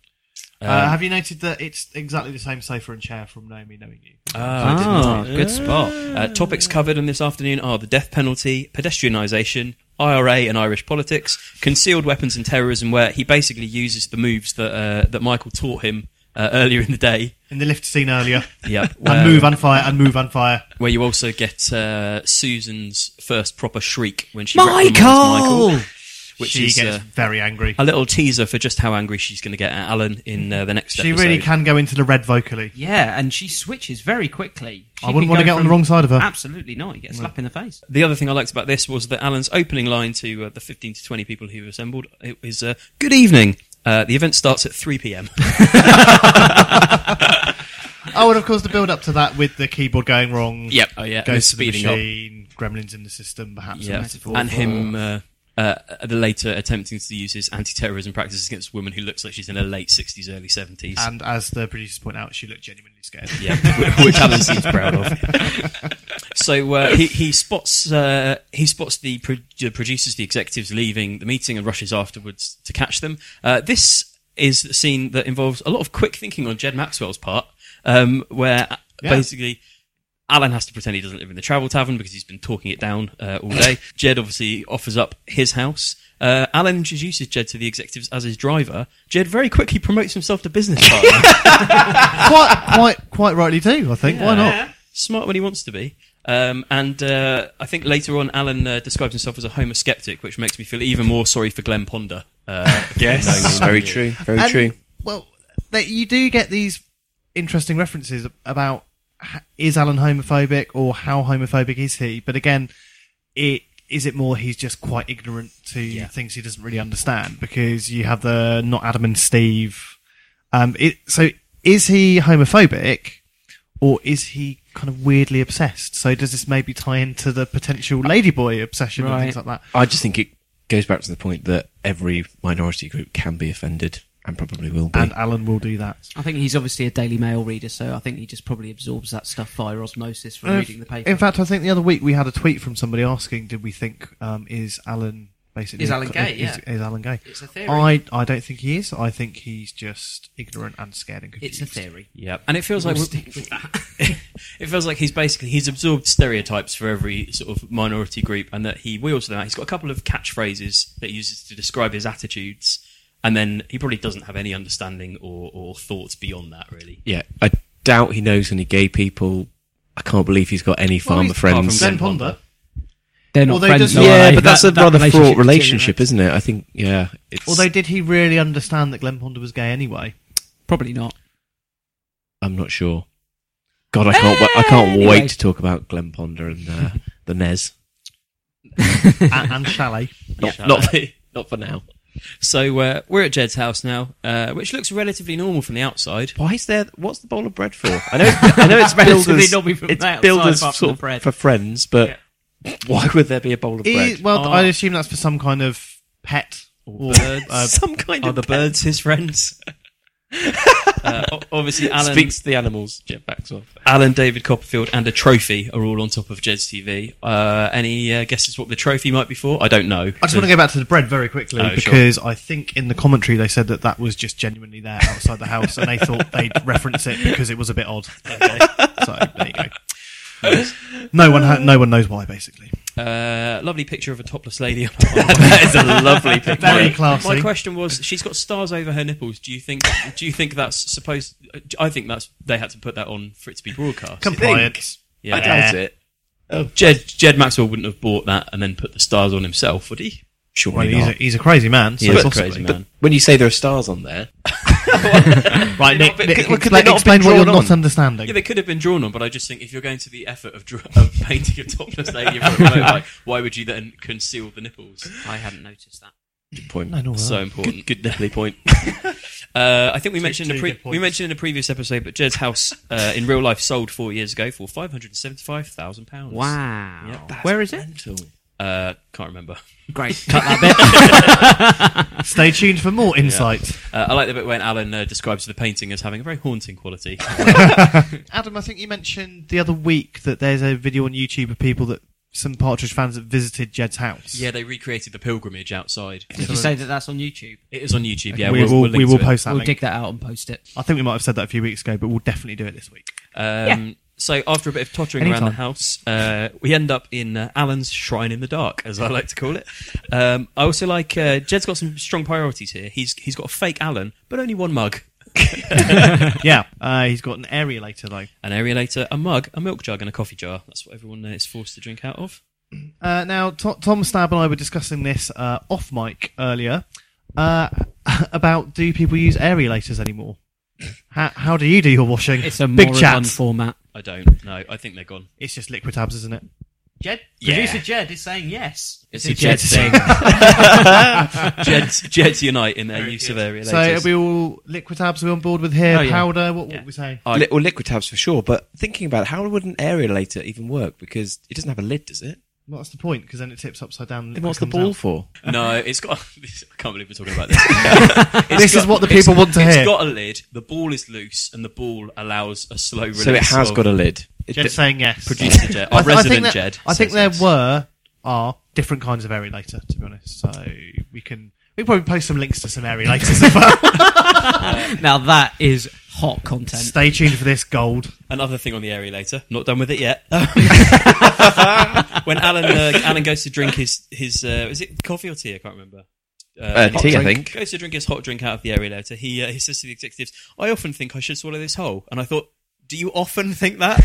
Speaker 1: Um,
Speaker 9: uh, have you noted that it's exactly the same sofa and chair from Naomi knowing you?
Speaker 8: Ah, good spot.
Speaker 1: Uh, topics covered in this afternoon are the death penalty, pedestrianisation, IRA and Irish politics, concealed weapons and terrorism, where he basically uses the moves that uh, that Michael taught him uh, earlier in the day.
Speaker 9: in the lift scene earlier.
Speaker 1: Yeah,
Speaker 9: and move and fire and move and fire.
Speaker 1: where you also get uh, Susan's first proper shriek when she
Speaker 8: Michael!
Speaker 1: reprimands Michael. which
Speaker 9: she
Speaker 1: is
Speaker 9: gets
Speaker 1: uh,
Speaker 9: very angry.
Speaker 1: a little teaser for just how angry she's going to get at Alan in uh, the next
Speaker 9: She
Speaker 1: episode.
Speaker 9: really can go into the red vocally.
Speaker 8: Yeah, and she switches very quickly. She
Speaker 9: I wouldn't
Speaker 8: can
Speaker 9: want to
Speaker 8: go
Speaker 9: get on the
Speaker 8: from-
Speaker 9: wrong side of her. Mm.
Speaker 8: Absolutely not. You get a slap in the face.
Speaker 1: The other thing I liked about this was that Alan's opening line to uh, the 15 to 20 people who assembled it was, uh, Good evening. Uh, the event starts at 3 p.m.
Speaker 9: Oh, and of course the build up to that with the keyboard going wrong.
Speaker 1: Yep. Oh, yeah, and
Speaker 9: Goes to the
Speaker 1: speeding up.
Speaker 9: machine. Gremlins in the system, perhaps. a
Speaker 1: yeah.
Speaker 9: metaphor
Speaker 1: And
Speaker 9: for-
Speaker 1: him uh, uh, the later attempting to use his anti terrorism practices against a woman who looks like she's in her late 60s, early 70s.
Speaker 9: And as the producers point out, she looked genuinely scared.
Speaker 1: yeah, wh- which Alan seems proud of. So uh, he he spots uh, he spots the, pro- the producers, the executives leaving the meeting, and rushes afterwards to catch them. Uh, this is the scene that involves a lot of quick thinking on Jed Maxwell's part, um, where uh,
Speaker 9: Yeah.
Speaker 1: basically. Alan has to pretend he doesn't live in the travel tavern because he's been talking it down uh, all day. Jed obviously offers up his house. Uh, Alan introduces Jed to the executives as his driver. Jed very quickly promotes himself to business partner.
Speaker 9: quite, quite, quite rightly too. I think. Why not?
Speaker 1: smart when he wants to be. Um, and uh, I think later on, Alan uh, describes himself as a Homer skeptic, which makes me feel even more sorry for Glenn Ponder. Uh,
Speaker 7: Yes, very true. Very
Speaker 9: And,
Speaker 7: true.
Speaker 9: Well, that you do get these interesting references about h- is Alan homophobic or how homophobic is he? But again, it is it more he's just quite ignorant to things he doesn't really understand because you have the not Adam and Steve. Um, it, so is he homophobic or is he kind of weirdly obsessed? So does this maybe tie into the potential ladyboy obsession and things like that?
Speaker 7: I just think it goes back to the point that every minority group can be offended and probably will be.
Speaker 9: And Alan will do that.
Speaker 8: I think he's obviously a Daily Mail reader, so I think he just probably absorbs that stuff via osmosis from
Speaker 9: Uh,
Speaker 8: reading the paper.
Speaker 9: In fact, I think the other week we had a tweet from somebody asking, "Did we think um, is Alan basically
Speaker 8: Is Alan gay,
Speaker 9: Is,
Speaker 8: yeah.
Speaker 9: is Alan gay?
Speaker 8: It's a theory.
Speaker 9: I I don't think he is. I think he's just ignorant and scared and confused.
Speaker 8: it's a theory.
Speaker 1: yeah, and it feels like it feels like he's basically he's absorbed stereotypes for every sort of minority group, and that he wheels them out. He's got a couple of catchphrases that he uses to describe his attitudes, and then he probably doesn't have any understanding or, or thoughts beyond that, really.
Speaker 7: yeah, I doubt he knows any gay people. I can't believe he's got any farmer
Speaker 9: he's-
Speaker 1: apart
Speaker 7: friends.
Speaker 1: from
Speaker 9: Glenn Ponder.
Speaker 8: They're not
Speaker 9: Although
Speaker 8: friends.
Speaker 9: doesn't-
Speaker 8: though,
Speaker 9: No,
Speaker 7: yeah,
Speaker 8: are they?
Speaker 7: but that's
Speaker 8: That-
Speaker 7: a
Speaker 8: that
Speaker 7: rather fraught
Speaker 8: relationship
Speaker 7: relationship,
Speaker 8: deteriorates.
Speaker 7: isn't it? I think, yeah. It's,
Speaker 9: Although, did he really understand that Glenn Ponder was gay anyway?
Speaker 8: Probably not.
Speaker 7: I'm not sure. God, I can't. wa- I can't
Speaker 8: Anyway.
Speaker 7: wait to talk about Glen Ponder and uh, the Nez.
Speaker 9: and, and Chalet.
Speaker 7: Not, not, not for now.
Speaker 1: So uh, we're at Jed's house now, uh, which looks relatively normal from the outside.
Speaker 7: Why is there? What's the bowl of bread for? I know. I know it's builders.
Speaker 8: normally from
Speaker 7: It's
Speaker 8: the outside,
Speaker 7: builders
Speaker 8: apart from
Speaker 7: sort
Speaker 8: the bread.
Speaker 7: of for friends, but why would there be a bowl of bread?
Speaker 9: Is- well,
Speaker 1: Oh.
Speaker 9: I assume that's for some kind of pet or
Speaker 1: birds.
Speaker 9: uh,
Speaker 7: Some kind
Speaker 1: Are
Speaker 7: of
Speaker 1: the
Speaker 7: pet.
Speaker 1: birds his friends? uh, o- obviously, Alan,
Speaker 7: speaks to the animals. Jet backs off.
Speaker 1: Alan, David Copperfield, and a trophy are all on top of Jed's TV. Uh, any uh, guesses what the trophy might be for? I don't know.
Speaker 9: I just want to go back to the bread very quickly
Speaker 1: Oh, sure.
Speaker 9: because I think in the commentary they said that that was just genuinely there outside the house and they thought they'd reference it because it was a bit odd. So there you go. No one, ha- no one knows why. Basically,
Speaker 1: Uh, lovely picture of a topless lady. on that is a lovely picture.
Speaker 9: Very classy.
Speaker 1: My question was: She's got stars over her nipples. Do you think? Do you think that's supposed? I think that's they had to put that on for it to be broadcast.
Speaker 9: compliance.
Speaker 1: Yeah.
Speaker 7: I doubt it.
Speaker 9: Oh.
Speaker 1: Jed Jed Maxwell wouldn't have bought that and then put the stars on himself, would he?
Speaker 9: Well,
Speaker 7: Surely
Speaker 9: he's a,
Speaker 7: not.
Speaker 9: he's a crazy man. So
Speaker 1: He is a
Speaker 9: possibly.
Speaker 1: crazy man.
Speaker 7: When you say there are stars on there,
Speaker 9: Right, Nick,
Speaker 7: but could- could
Speaker 9: Nick, explain,
Speaker 7: they not have been
Speaker 9: explain what you're
Speaker 7: drawn
Speaker 9: not
Speaker 7: on?
Speaker 9: understanding.
Speaker 1: Yeah, they could have been drawn on, but I just think if you're going to the effort of, dra- of painting a topless lady, in front of a motorbike, why would you then conceal the nipples?
Speaker 8: I hadn't noticed that.
Speaker 7: good point.
Speaker 9: no, well.
Speaker 1: So important.
Speaker 7: Good Nelly point.
Speaker 1: Uh, I think we mentioned in
Speaker 9: two
Speaker 1: a pre-
Speaker 9: good points.
Speaker 1: we mentioned in a previous episode, but Jed's house uh, in real life sold four years ago for five hundred and seventy five thousand pounds.
Speaker 8: Wow.
Speaker 1: Yep. That's
Speaker 8: Where is it?
Speaker 7: Mental.
Speaker 1: Uh, can't remember.
Speaker 8: Great. Cut that
Speaker 9: Stay tuned for more insight.
Speaker 1: Uh, I like the bit when Alan uh, describes the painting as having a very haunting quality.
Speaker 9: Adam, I think you mentioned the other week that there's a video on YouTube of people that some Partridge fans that visited Jed's house.
Speaker 1: yeah, they recreated the pilgrimage outside.
Speaker 8: Did you say that that's on YouTube?
Speaker 1: It is on YouTube. Yeah,
Speaker 9: we
Speaker 1: we'll,
Speaker 9: will,
Speaker 1: we'll link
Speaker 9: we
Speaker 1: to
Speaker 9: will
Speaker 1: it.
Speaker 9: post that
Speaker 8: We'll
Speaker 9: link.
Speaker 8: dig that out and post it.
Speaker 9: I think we might have said that a few weeks ago, but we'll definitely do it this week.
Speaker 1: Um, So after a bit of tottering around
Speaker 9: Anytime.
Speaker 1: the house, uh, we end up in uh, Alan's shrine in the dark, as I like to call it. Um, I also like uh, Jed's got some strong priorities here. He's he's got a fake Alan, but only one mug,
Speaker 9: yeah, uh, he's got an aerolator though.
Speaker 1: an aerator, a mug, a milk jug, and a coffee jar. That's what everyone uh, is forced to drink out of.
Speaker 9: Uh, now, to- Tom Stab and I were discussing this uh, off mic earlier uh, about do people use aerators anymore? how, how do you do your washing?
Speaker 8: It's a
Speaker 9: big
Speaker 8: big
Speaker 9: chat.
Speaker 8: format.
Speaker 1: I don't. No, I think they're gone.
Speaker 9: It's just liquid tabs, isn't it?
Speaker 8: Jed,
Speaker 1: Yeah.
Speaker 8: producer Jed is saying yes.
Speaker 1: It's, a Jed thing. Jed's, Jed's unite in their use of area.
Speaker 9: So it'll be all liquid tabs we're on board with here.
Speaker 8: Oh, yeah.
Speaker 9: Powder. What, what we say?
Speaker 7: Li- well, liquid tabs for sure. But thinking about it, how would an aerolator even work? Because it doesn't have a lid, does it?
Speaker 9: Well, that's the point because then it tips upside down. and
Speaker 7: Then
Speaker 9: liquid
Speaker 7: what's the
Speaker 9: comes
Speaker 7: ball
Speaker 9: out.
Speaker 7: for?
Speaker 1: No, it's got. I can't believe we're talking about this.
Speaker 9: This is what the people want to hear.
Speaker 1: It's got a lid. The ball is loose, and the ball allows a slow release.
Speaker 7: So it has
Speaker 1: of-
Speaker 7: got a lid. It
Speaker 9: Jed's
Speaker 7: d-
Speaker 9: saying yes.
Speaker 1: Producer Jed, our
Speaker 9: I th- I think
Speaker 1: resident
Speaker 9: that-
Speaker 1: Jed.
Speaker 9: I think
Speaker 1: says
Speaker 9: there
Speaker 1: yes.
Speaker 9: were are different kinds of aerolator, to be honest. So we can we can probably post some links to some aerolators as well.
Speaker 8: Now that is hot content.
Speaker 9: Stay tuned for this gold.
Speaker 1: Another thing on the area later. Not done with it yet. when Alan uh, Alan goes to drink his his uh, is it coffee or tea? I can't remember.
Speaker 7: Uh,
Speaker 1: hot
Speaker 7: tea, I
Speaker 1: drink.
Speaker 7: think.
Speaker 1: Goes to drink his hot drink out of the area later. He uh, he says to the executives, "I often think I should swallow this whole," and I thought. Do you often think that?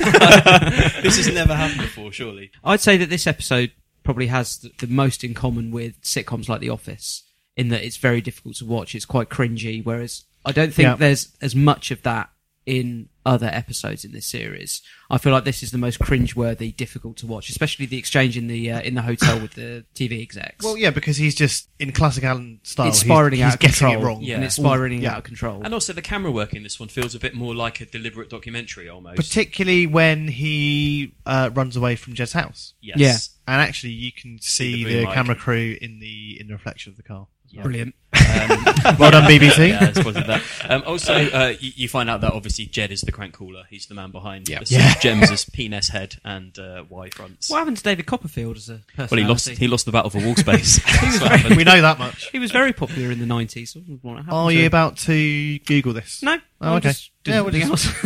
Speaker 1: this has never happened before, surely.
Speaker 8: I'd say that this episode probably has the, the most in common with sitcoms like The Office in that it's very difficult to watch. It's quite cringy, whereas I don't think
Speaker 9: Yeah.
Speaker 8: there's as much of that in other episodes in this series. I feel like this is the most cringe-worthy, difficult to watch, especially the exchange in the uh, in the hotel with the TV execs.
Speaker 9: Well, yeah, because he's just in classic Alan style.
Speaker 8: it's
Speaker 9: he's-
Speaker 8: spiraling
Speaker 9: he's,
Speaker 8: out of
Speaker 9: getting
Speaker 8: control,
Speaker 9: it wrong.
Speaker 8: yeah. and it's spiraling
Speaker 9: Yeah.
Speaker 8: out of control.
Speaker 1: And also, the camera work in this one feels a bit more like a deliberate documentary almost.
Speaker 9: Particularly when he uh, runs away from Jed's house,
Speaker 1: yes.
Speaker 8: Yeah.
Speaker 9: and actually you can
Speaker 1: the
Speaker 9: see the,
Speaker 1: moonlight.
Speaker 9: camera crew in the in the reflection of the car.
Speaker 8: Brilliant.
Speaker 1: Um,
Speaker 9: Well done, BBC.
Speaker 1: Yeah, I spotted that. Um, also, uh, you, you find out that obviously Jed is the crank caller. He's the man behind
Speaker 7: Yeah.
Speaker 1: the sort of Gems's penis head and uh, Y fronts.
Speaker 8: What happened to David Copperfield as a personality?
Speaker 1: Well, he lost. He lost the battle for wall space. That's what happened.
Speaker 9: We know that much.
Speaker 8: He was very popular in the 90s. I wouldn't want to happen
Speaker 9: Are
Speaker 8: to
Speaker 9: you
Speaker 8: him.
Speaker 9: about to Google this?
Speaker 8: No.
Speaker 9: Oh,
Speaker 8: I'm
Speaker 9: okay.
Speaker 8: Just
Speaker 9: Yeah,
Speaker 8: yeah,
Speaker 9: we'll
Speaker 8: else.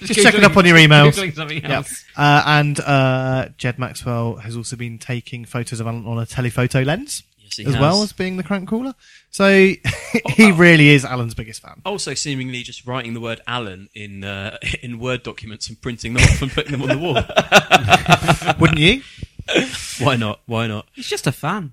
Speaker 9: Just checking up on your emails.
Speaker 8: Googling something
Speaker 9: Yeah.
Speaker 8: else.
Speaker 9: Uh, and uh, Jed Maxwell has also been taking photos of Alan on a telephoto lens
Speaker 1: Yes, he
Speaker 9: as well
Speaker 1: has.
Speaker 9: as being the crank caller. So
Speaker 8: Oh.
Speaker 9: he really is Alan's biggest fan.
Speaker 1: also, seemingly just writing the word Alan in uh, in Word documents and printing them off and putting them on the wall.
Speaker 9: Wouldn't you?
Speaker 1: Why not? Why not?
Speaker 8: He's just a fan.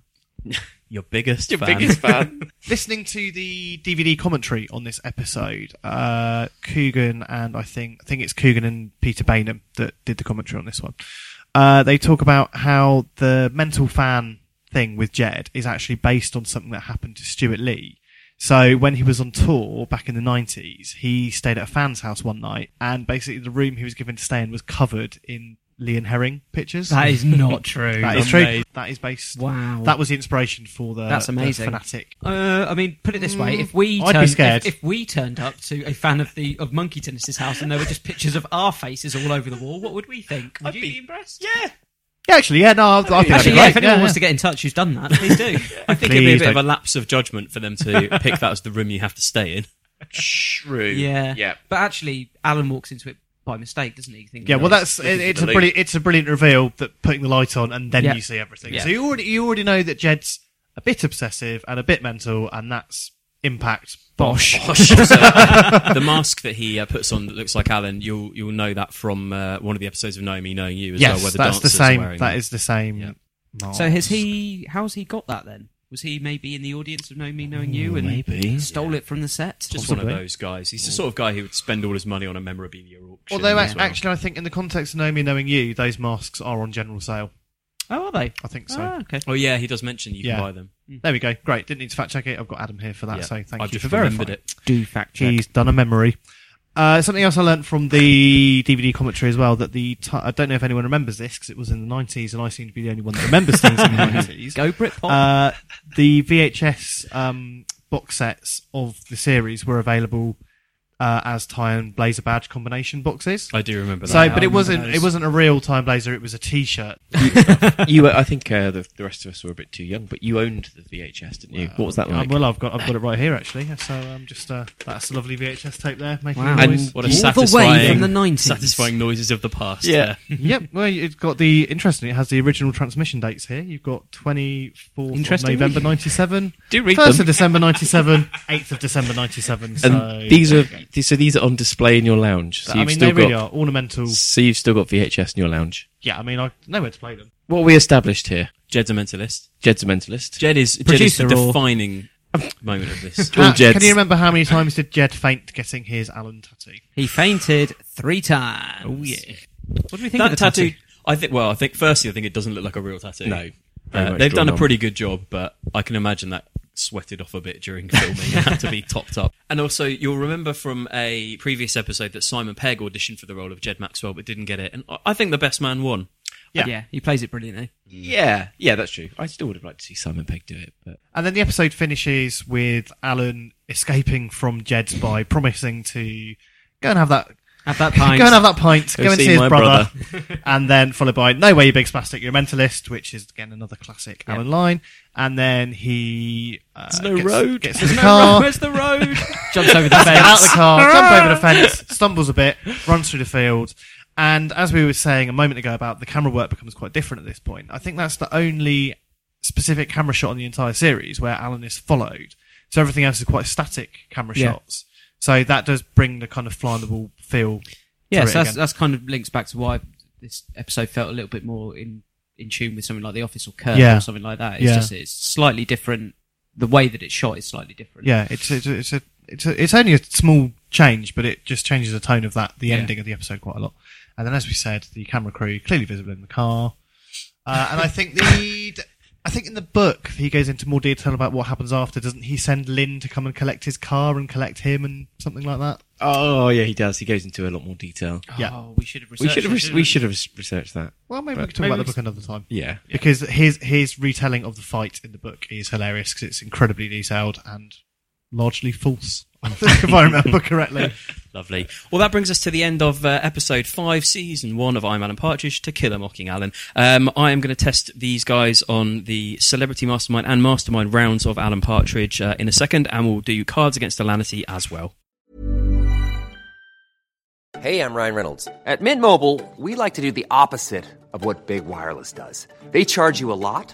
Speaker 1: Your biggest fan.
Speaker 7: fan.
Speaker 9: Listening to the DVD commentary on this episode, uh, Coogan and I think I think it's Coogan and Peter Bainham that did the commentary on this one. Uh, they talk about how the mental fan thing with Jed is actually based on something that happened to Stuart Lee. So when he was on tour back in the 90s, he stayed at a fan's house one night, and basically the room he was given to stay in was covered in Lee and Herring pictures.
Speaker 8: That is not true.
Speaker 9: That is true. That is based.
Speaker 8: Wow.
Speaker 9: That was the inspiration for the,
Speaker 8: That's
Speaker 9: the
Speaker 8: amazing.
Speaker 9: fanatic.
Speaker 8: Uh, I mean, put it this way: if we
Speaker 9: I'd be
Speaker 8: turned, if-
Speaker 9: scared.
Speaker 8: If, we turned up to a fan of the of Monkey Tennis's house and there were just pictures of our faces all over the wall, what would we think? Would you be, impressed?
Speaker 1: Yeah.
Speaker 9: Yeah, actually, yeah, no, I, I
Speaker 8: Actually,
Speaker 9: think
Speaker 8: yeah,
Speaker 9: that'd
Speaker 8: if
Speaker 9: be great.
Speaker 8: anyone
Speaker 9: yeah,
Speaker 8: wants to
Speaker 9: yeah.
Speaker 8: get in touch who's done that, please do.
Speaker 1: I think it'd be a
Speaker 9: Please
Speaker 1: bit of
Speaker 9: don't.
Speaker 1: a lapse of judgment for them to pick that as the room you have to stay in.
Speaker 7: Shrew.
Speaker 8: yeah.
Speaker 7: Yeah.
Speaker 8: But actually, Alan walks into it by mistake, doesn't he? Thinking,
Speaker 9: Yeah, well,
Speaker 8: "Oh,
Speaker 9: that's it, it's a
Speaker 7: loop.
Speaker 9: brilliant it's a brilliant reveal that putting the light on and then
Speaker 8: Yeah.
Speaker 9: you see everything.
Speaker 8: Yeah.
Speaker 9: So you already you already know that Jed's a bit obsessive and a bit mental, and that's impact bosh.
Speaker 1: Posh. So, uh, the mask that he uh, puts on that looks like Alan, you'll you'll know that from uh, one of the episodes of Know Me, Knowing You as well,
Speaker 9: Yes,
Speaker 1: where the
Speaker 9: that's the
Speaker 1: dancers
Speaker 9: same.
Speaker 1: are wearing
Speaker 9: That is the same.
Speaker 1: Yeah.
Speaker 9: mask.
Speaker 8: So has he? How's he got that then? Was he maybe in the audience of Know Me, Knowing You, and
Speaker 7: maybe.
Speaker 8: stole it from the set?
Speaker 1: just one of
Speaker 9: possibly.
Speaker 1: those guys. He's the sort of guy who would spend all his money on a memorabilia auction.
Speaker 9: Although
Speaker 1: as
Speaker 9: ac-
Speaker 1: well.
Speaker 9: actually, I think in the context of Nomi knowing you, those masks are on general sale.
Speaker 8: Oh, are they?
Speaker 9: I think so.
Speaker 8: Ah, okay.
Speaker 1: oh yeah, he does mention you
Speaker 9: Yeah.
Speaker 1: can buy them.
Speaker 9: There we go. Great. Didn't need to fact check it. I've got Adam here for that.
Speaker 1: Yeah.
Speaker 9: So thank
Speaker 1: I've
Speaker 9: you
Speaker 1: just
Speaker 9: for
Speaker 1: remembered
Speaker 9: verifying.
Speaker 1: it.
Speaker 8: Do fact check.
Speaker 9: He's done a memory. Uh, something else I learnt from the DVD commentary as well that the ti I don't know if anyone remembers this because it was in the 90s and I seem to be the only one that remembers things in the 90s.
Speaker 8: Go Britpop.
Speaker 9: Uh, the VHS um, box sets of the series were available uh, as tie and blazer badge combination boxes.
Speaker 1: I do remember that.
Speaker 9: So,
Speaker 1: now.
Speaker 9: but it wasn't
Speaker 8: those.
Speaker 9: it wasn't a real time blazer. It was a T-shirt.
Speaker 7: You, were, I think uh, the, the rest of us were a bit too young, but you owned the VHS, didn't you? what was that
Speaker 9: Uh,
Speaker 7: like?
Speaker 9: well, I've got I've got it right here actually. So um, just uh, that's a lovely VHS tape there. Making
Speaker 8: Wow.
Speaker 9: noise.
Speaker 7: And
Speaker 1: what a
Speaker 7: All the way
Speaker 1: satisfying,
Speaker 8: from the 90s.
Speaker 1: satisfying noises of the past.
Speaker 7: Yeah.
Speaker 9: yep. Well, it's got the interesting. It has the original transmission dates here. You've got twenty fourth of
Speaker 8: Interestingly.
Speaker 9: November ninety seven,
Speaker 7: Do read
Speaker 9: first
Speaker 7: them.
Speaker 9: of December ninety seven, eighth of December ninety seven. So
Speaker 7: and these are th- so these are on display in your lounge. So
Speaker 9: I
Speaker 7: you've
Speaker 9: mean,
Speaker 7: still
Speaker 9: they really
Speaker 7: got,
Speaker 9: are ornamental.
Speaker 7: So you've still got VHS in your lounge.
Speaker 9: Yeah, I mean, I know where to play them.
Speaker 7: What we established here,
Speaker 1: Jed's a mentalist.
Speaker 7: Jed's a mentalist.
Speaker 1: Jed is, Jed is
Speaker 8: Producer
Speaker 1: the
Speaker 8: or-
Speaker 1: defining moment of this.
Speaker 7: All
Speaker 9: Uh,
Speaker 7: Jeds.
Speaker 9: Can you remember how many times did Jed faint getting his Alan tattoo?
Speaker 8: He fainted three times. Oh yeah. What do we think
Speaker 1: that
Speaker 8: of the
Speaker 1: tattoo,
Speaker 8: tattoo?
Speaker 1: I think. Well, I think firstly, I think it doesn't look like a real tattoo.
Speaker 7: No. Very
Speaker 1: Uh,
Speaker 7: much
Speaker 1: they've done
Speaker 7: drawn
Speaker 1: a
Speaker 7: on.
Speaker 1: pretty good job, but I can imagine that sweated off a bit during filming and had to be topped up. And also, you'll remember from a previous episode that Simon Pegg auditioned for the role of Jed Maxwell but didn't get it. And I- I think the best man won.
Speaker 9: Yeah.
Speaker 8: yeah, he plays it brilliantly.
Speaker 7: Yeah, yeah, that's true. I still would have liked to see Simon Pegg do it, but
Speaker 9: And then the episode finishes with Alan escaping from Jed's by promising to go and have that
Speaker 8: Have that
Speaker 9: go
Speaker 8: pint.
Speaker 9: and have that pint, go,
Speaker 7: Go
Speaker 9: and
Speaker 7: see
Speaker 9: see his
Speaker 7: my
Speaker 9: brother, and then followed by "No way, you big spastic, you're a mentalist," which is again another classic Alan line. And then he uh,
Speaker 7: There's no
Speaker 9: gets,
Speaker 7: road.
Speaker 9: gets in the car,
Speaker 8: Where's the road? Jumps over the fence.
Speaker 9: get out the car, jump over the fence, stumbles a bit, runs through the field. And as we were saying a moment ago about the camera work becomes quite different at this point, I think that's the only specific camera shot on the entire series where Alan is followed. So everything else is quite static camera
Speaker 8: Yeah.
Speaker 9: shots. So that does bring the kind of fly on the wall feel. to
Speaker 8: Yeah,
Speaker 9: it
Speaker 8: so that's,
Speaker 9: again.
Speaker 8: that's kind of links back to why this episode felt a little bit more in, in tune with something like The Office or Curb
Speaker 9: Yeah.
Speaker 8: or something like that. It's
Speaker 9: Yeah.
Speaker 8: just it's slightly different. The way that it's shot is slightly different.
Speaker 9: yeah, it's it's it's a, it's, a, it's only a small change, but it just changes the tone of that the
Speaker 8: Yeah.
Speaker 9: ending of the episode quite a lot. And then, as we said, the camera crew clearly visible in the car, uh, and I think the I think in the book he goes into more detail about what happens after. Doesn't he send Lynn to come and collect his car and collect him and something like that?
Speaker 7: oh yeah, he does. He goes into a lot more detail.
Speaker 9: Yeah.
Speaker 8: Oh, we should have
Speaker 7: We
Speaker 8: researched
Speaker 7: should have
Speaker 8: it,
Speaker 7: res- we should have res- researched that.
Speaker 9: Well, maybe we
Speaker 7: But
Speaker 9: can talk
Speaker 7: maybe
Speaker 9: about the
Speaker 7: we-
Speaker 9: book another time.
Speaker 7: Yeah,
Speaker 9: Because his his retelling of the fight in the book is hilarious because it's incredibly detailed and largely false, I think, if I remember correctly.
Speaker 1: Lovely. Well, that brings us to the end of uh, episode five, season one of I'm Alan Partridge to Kill a Mocking Alan. Um, I am going to test these guys on the Celebrity Mastermind and Mastermind rounds of Alan Partridge uh, in a second, and we'll do Cards Against Alanity as well.
Speaker 11: Hey, I'm Ryan Reynolds. At Mint Mobile, we like to do the opposite of what Big Wireless does. They charge you a lot,